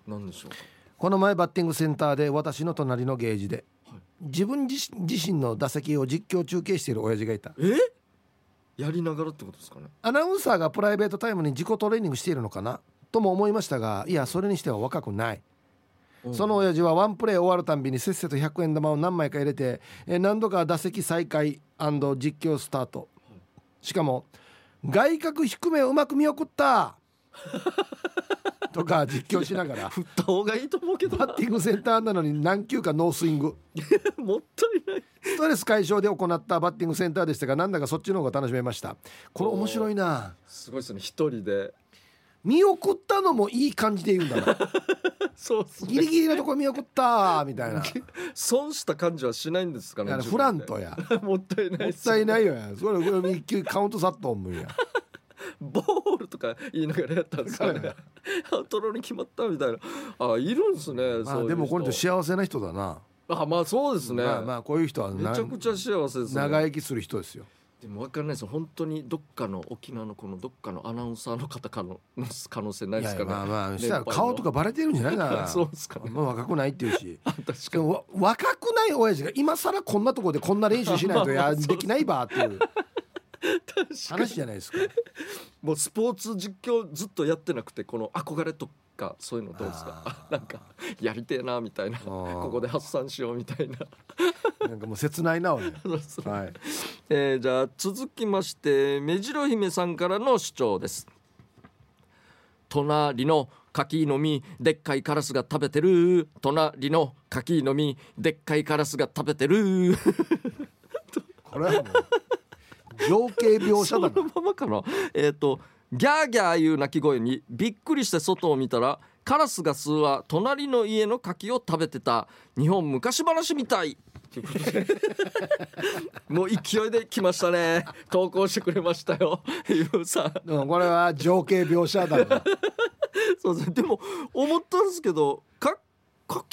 Speaker 1: う何でしょうか
Speaker 2: この前バッティングセンターで私の隣のゲージで
Speaker 1: はい
Speaker 2: 自分自身自身の打席を実況中継している親父がいた
Speaker 1: えやりながらってことですかね
Speaker 2: アナウンサーがプライベートタイムに自己トレーニングしているのかなとも思いましたがいやそれにしては若くないその親父はワンプレー終わるたんびにせっせと100円玉を何枚か入れてえー何度か打席再開実況スタートしかも「外角低めをうまく見送った!」 とか実況しながら
Speaker 1: 振った方がいいと思うけど
Speaker 2: バ
Speaker 1: な
Speaker 2: ッティングセンターなのに何球かノースイング
Speaker 1: もったいない
Speaker 2: ストレス解消で行ったバッティングセンターでしたがなんだかそっちの方が楽しめましたこれ面白いな
Speaker 1: すごいですね一人で
Speaker 2: 見送ったのもいい感じで言うんだな
Speaker 1: そうです
Speaker 2: ギリギリのところ見送ったみた いな
Speaker 1: 損した感じはしないんですかね
Speaker 2: あれ
Speaker 1: 自
Speaker 2: フ
Speaker 1: 分
Speaker 2: ラン
Speaker 1: で
Speaker 2: トや
Speaker 1: もったいない
Speaker 2: も
Speaker 1: っ
Speaker 2: っ
Speaker 1: す
Speaker 2: たいないよやそれこれ一球カウントサット思 うや
Speaker 1: ボールとか言いながらやったんですかねトロに決まったみたいなあいるんですね
Speaker 2: ま
Speaker 1: そ
Speaker 2: あ
Speaker 1: ういう人
Speaker 2: でもこの人幸せな人だな、
Speaker 1: あまあそうですね
Speaker 2: まあまあこういう人はな
Speaker 1: めちゃくちゃ幸せですね
Speaker 2: 長生きする人ですよ
Speaker 1: でも分かんないです本当にどっかの沖縄のこのどっかのアナウンサーの方かの可能性ない
Speaker 2: い
Speaker 1: で
Speaker 2: や
Speaker 1: す
Speaker 2: い
Speaker 1: か
Speaker 2: や
Speaker 1: ね
Speaker 2: まあまあそしたら
Speaker 1: 年配の
Speaker 2: 顔とかバレてるんじゃないか な
Speaker 1: そうですかね
Speaker 2: あんま若くないっていうし
Speaker 1: 確かに
Speaker 2: でもわ若くない親父が今更こんなところでこんな練習しないと
Speaker 1: まあまあ
Speaker 2: や
Speaker 1: そうそう
Speaker 2: できないばっていう
Speaker 1: 確かに
Speaker 2: 話じゃない ですか
Speaker 1: もうスポーツ実況ずっとやってなくてこの憧れとかそういうのどうですか
Speaker 2: あ
Speaker 1: なんかやりてえなみたいな
Speaker 2: ー
Speaker 1: ここで発散しようみたいな
Speaker 2: なんかもう切ないな俺
Speaker 1: そうそう
Speaker 2: はい
Speaker 1: えーじゃあ続きまして目白姫さんからの主張です隣の柿の実でっかいカラスが食べてる隣の柿の実でっかいカラスが食べてる
Speaker 2: これはもう情景描写
Speaker 1: そ
Speaker 2: だ
Speaker 1: の
Speaker 2: な
Speaker 1: ままかなえっ、とギャーギャーいう鳴き声にびっくりして外を見たら カラスが数羽隣の家の柿を食べてた日本昔話みたいということでもう勢いで来ましたね投稿してくれましたよゆうさん
Speaker 2: うん、これは情景描写だろ
Speaker 1: そうですねでも思ったんですけどか牡蠣っ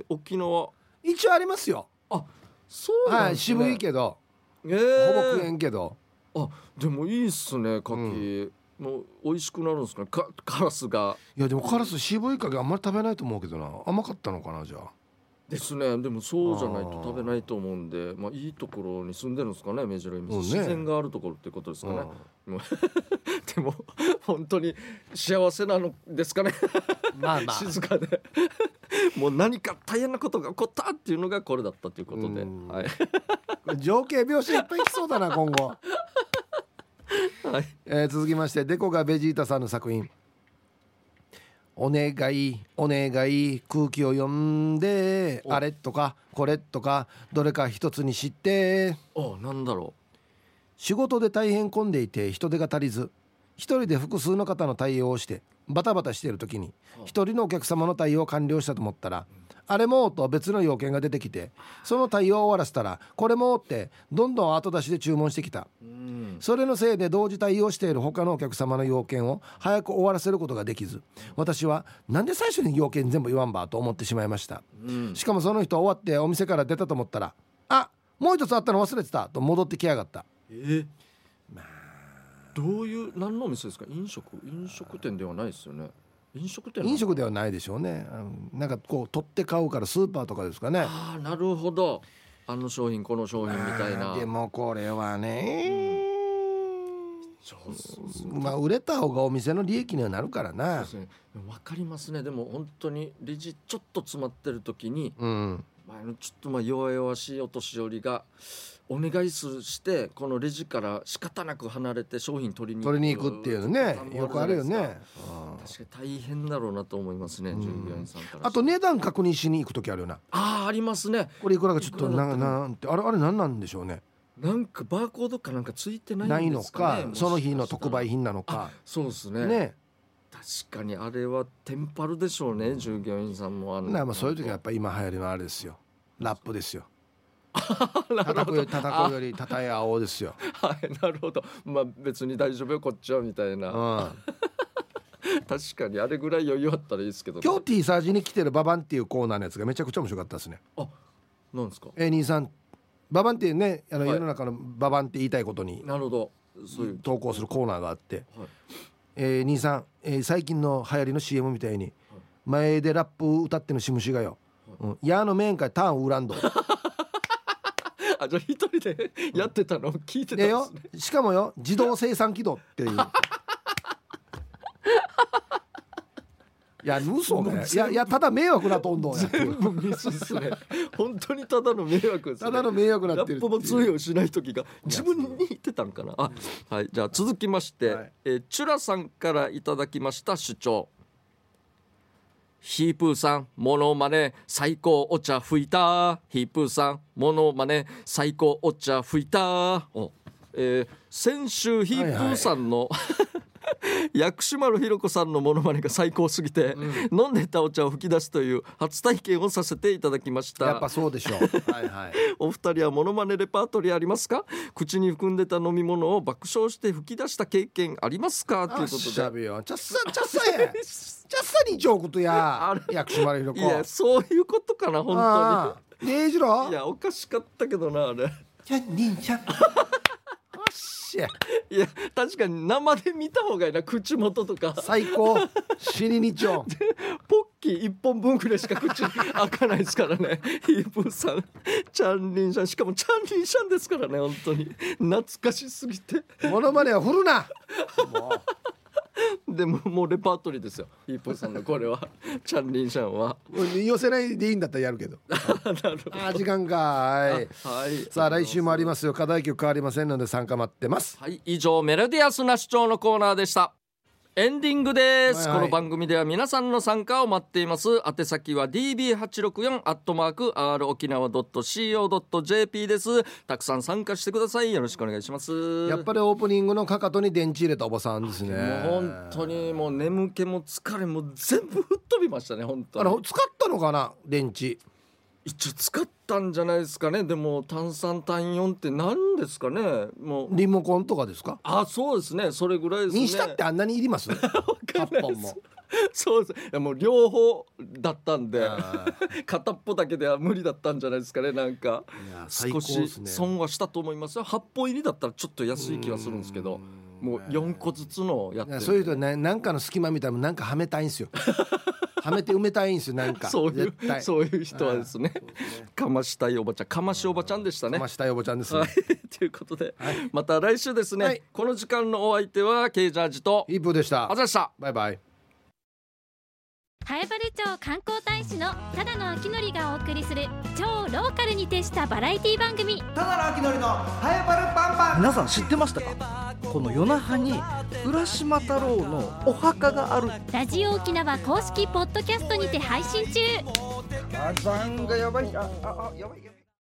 Speaker 1: て沖縄
Speaker 2: 一応ありますよ
Speaker 1: あそうなん
Speaker 2: は
Speaker 1: で
Speaker 2: い
Speaker 1: すね、
Speaker 2: 渋いけど、
Speaker 1: え
Speaker 2: ほぼ食え
Speaker 1: え
Speaker 2: んけど
Speaker 1: あでもいいっすね牡蠣、もう美味しくなるんですかねかカラスが
Speaker 2: いやでもカラス渋いかけあんまり食べないと思うけどな甘かったのかなじゃあ
Speaker 1: ですねでもそうじゃないと
Speaker 2: あー
Speaker 1: 食べないと思うんでまあいいところに住んでるんですかね目白海、
Speaker 2: うんね
Speaker 1: 自然があるところってことですかね、
Speaker 2: う
Speaker 1: でも本当に幸せなのですかね
Speaker 2: んまあ まあ
Speaker 1: 静かで もう何か大変なことが起こったっていうのがこれだったということで、
Speaker 2: うん
Speaker 1: はい、
Speaker 2: 情景描写いっぱい来そうだな今後、
Speaker 1: はい
Speaker 2: えー続きましてデコがベジータさんの作品「お願いお願い空気を読んで
Speaker 1: お
Speaker 2: あれ」とか「これ」とか「どれか一つに知って」
Speaker 1: あなんだろ
Speaker 2: 仕事で大変混んでいて人手が足りず一人で複数の方の対応をしてバタバタしている時に
Speaker 1: あ
Speaker 2: 一人のお客様の対応を完了したと思ったら「あれも」と別の要件が出てきてその対応を終わらせたら「これも」ってどんどん後出しで注文してきた
Speaker 1: ううん
Speaker 2: それのせいで同時対応している他のお客様の要件を早く終わらせることができず私は「なんで最初に要件全部言わんば」と思ってしまいました。
Speaker 1: うん
Speaker 2: しかもその人は終わってお店から出たと思ったら「あもう一つあったの忘れてた」と戻ってきやがった
Speaker 1: えどういう何のお店ですか飲食飲食店ではないですよね飲食店なの
Speaker 2: 飲食ではないでしょうね、うんなんかこう取って買うからスーパーとかですかね
Speaker 1: ああなるほどあの商品この商品みたいな
Speaker 2: あーでもこれはね、
Speaker 1: そうっすね
Speaker 2: まあ売れた方がお店の利益にはなるから
Speaker 1: そう
Speaker 2: な
Speaker 1: ですねでも分かりますねでも本当にレジちょっと詰まってる時に
Speaker 2: うん
Speaker 1: 前のちょっとまあ弱々しいお年寄りがお願いするしてこのレジから仕方なく離れて商品取りに
Speaker 2: 取りに行くっていうねよくあるよねうん
Speaker 1: 確かに大変だろうなと思いますね
Speaker 2: うん
Speaker 1: 従業員さんから
Speaker 2: あと値段確認しに行く時あるよな
Speaker 1: ああありますね
Speaker 2: これいくらかちょっと
Speaker 1: い
Speaker 2: な
Speaker 1: くらだった
Speaker 2: なんてあれあれ何なんでしょうね
Speaker 1: なんかバーコードかなんかついてな
Speaker 2: ないい
Speaker 1: んで
Speaker 2: の
Speaker 1: すか,、ね、
Speaker 2: か
Speaker 1: もしかした
Speaker 2: そ
Speaker 1: ら
Speaker 2: の日の特売品なのか
Speaker 1: そうですね
Speaker 2: ね
Speaker 1: 確かにあれはテンパるでしょうね従業員さんもあの
Speaker 2: なまあそういう時はやっぱ今流行りのあれですよラップです よ叩くより叩くより叩いあおうですよ、
Speaker 1: はい なるほどまあ別に大丈夫よこっちはみたい
Speaker 2: うん、
Speaker 1: な
Speaker 2: 今
Speaker 1: 確かにあれぐらい余裕あったらいいですけど、
Speaker 2: 日 T サージに来てるババンっていうコーナーのやつがめちゃくちゃ面白かったですね
Speaker 1: あなんですか
Speaker 2: えー兄さんババンってねあの
Speaker 1: はい
Speaker 2: 世の中のババンって言いたいことに
Speaker 1: なるほどそういう、
Speaker 2: 投稿するコーナーがあって、
Speaker 1: はい、
Speaker 2: えー兄さん、えー最近の流行りの CM みたいに前でラップ歌ってのしむしがよ「うん、矢の面会ターンウラン ド」
Speaker 1: あじゃあ一人でやってたのを聞いてたん
Speaker 2: で
Speaker 1: で
Speaker 2: よ
Speaker 1: すね
Speaker 2: しかもよ自動生産機能 っていういや嘘ねいやいやただ迷惑なとんどんや
Speaker 1: 全部ミスですね 本当にただの迷惑ですね
Speaker 2: ただの迷惑な
Speaker 1: ラ
Speaker 2: って
Speaker 1: ッ
Speaker 2: るって
Speaker 1: プ
Speaker 2: いう
Speaker 1: も通用しない時が自分に言ってたのかなあはいじゃあ続きまして、
Speaker 2: はい
Speaker 1: えーチュラさんからいただきました主張ヒープーさんモノマネ最高お茶吹いたヒープーさんモノマネ最高お茶吹いたお、えー先週ヒープーさんの、 薬師丸ひろ子さんのモノマネが最高すぎて、飲んでたお茶を吹き出すという初体験をさせていただきました
Speaker 2: やっぱそうでし ょうはいはい
Speaker 1: お二人はモノマネレパートリーありますか口に含んでた飲み物を爆笑して吹き出した経験ありますかという
Speaker 2: あ
Speaker 1: こと
Speaker 2: しゃ
Speaker 1: で
Speaker 2: べよちゃっさちゃっさ やちゃっさにジョークとや
Speaker 1: あれ
Speaker 2: 薬師丸ひろ子
Speaker 1: いやそういうことかな本
Speaker 2: 当にねえじ
Speaker 1: 当
Speaker 2: ろ
Speaker 1: にいやおかしかったけどなあれ
Speaker 2: ちゃんにんちゃんおっしゃ
Speaker 1: いや確かに生で見た方がいいな口元とか
Speaker 2: 最高死ににちょ
Speaker 1: ポッキー1本分くらいしか口 開かないですからねヒープーさんチャンリンシャンしかもチャンリンシャンですからね本当に懐かしすぎて
Speaker 2: モノマネは振るなもう
Speaker 1: でももうレパートリーですよヒープーさんのこれはチャンリンシャンは
Speaker 2: 寄せないでいいんだったらや るけどあー時間かはい
Speaker 1: はい
Speaker 2: さあ来週もありますよ課題曲変わりませんので参加待ってます
Speaker 1: はい、以上メロディアスな主張のコーナーでした。エンディングです、
Speaker 2: はいは
Speaker 1: こ
Speaker 2: い
Speaker 1: の番組では皆さんの参加を待っています宛先は db864 アットマーク r 沖縄 .co.jp ですたくさん参加してくださいよろしくお願いします
Speaker 2: やっぱりオープニングのかかとに電池入れたおばさんですね
Speaker 1: もう本当にもう眠気も疲れも全部吹っ飛びましたね本当
Speaker 2: あ
Speaker 1: に
Speaker 2: の使ったのかな電池
Speaker 1: 一応使っったんじゃないですかねでも炭酸単4って何ですかねもう
Speaker 2: リモコンとかですか
Speaker 1: あそうですねそれぐらいですね
Speaker 2: にしたってあんなにいりま す
Speaker 1: かんないです
Speaker 2: 8本も
Speaker 1: そうですいやもう両方だったんで
Speaker 2: あ
Speaker 1: 片っぽだけでは無理だったんじゃないですかねなんか
Speaker 2: ーいや最高
Speaker 1: 少
Speaker 2: っ
Speaker 1: し
Speaker 2: すね
Speaker 1: 損はしたと思いますよ8本入りだったらちょっと安い気がするんですけどもう4個ずつのやって
Speaker 2: いや
Speaker 1: る
Speaker 2: そういう人はねなんかの隙間みたいなのなんかはめたいんですよはめて埋めたいんですよなん か
Speaker 1: そういう
Speaker 2: 絶対
Speaker 1: そういう人はですね かましたいおばちゃんかましおばちゃんでしたね
Speaker 2: かましたいおばちゃんですね、
Speaker 1: はいということで、
Speaker 2: はい
Speaker 1: また来週ですね、
Speaker 2: はい
Speaker 1: この時間のお相手はケイジャージと
Speaker 2: いいプーでした
Speaker 1: あざでした
Speaker 2: バイバイ
Speaker 3: ハエバレ町観光大使のただの秋のりがお送りする超ローカルに徹したバラエティ番組
Speaker 4: ただのあきのりのハエバルパンパン
Speaker 5: 皆さん知ってましたかこの与那覇に浦島太郎のお墓がある
Speaker 3: ラジオ沖縄公式ポッドキャストにて配信中
Speaker 4: 火山がやばいあああやばいやばい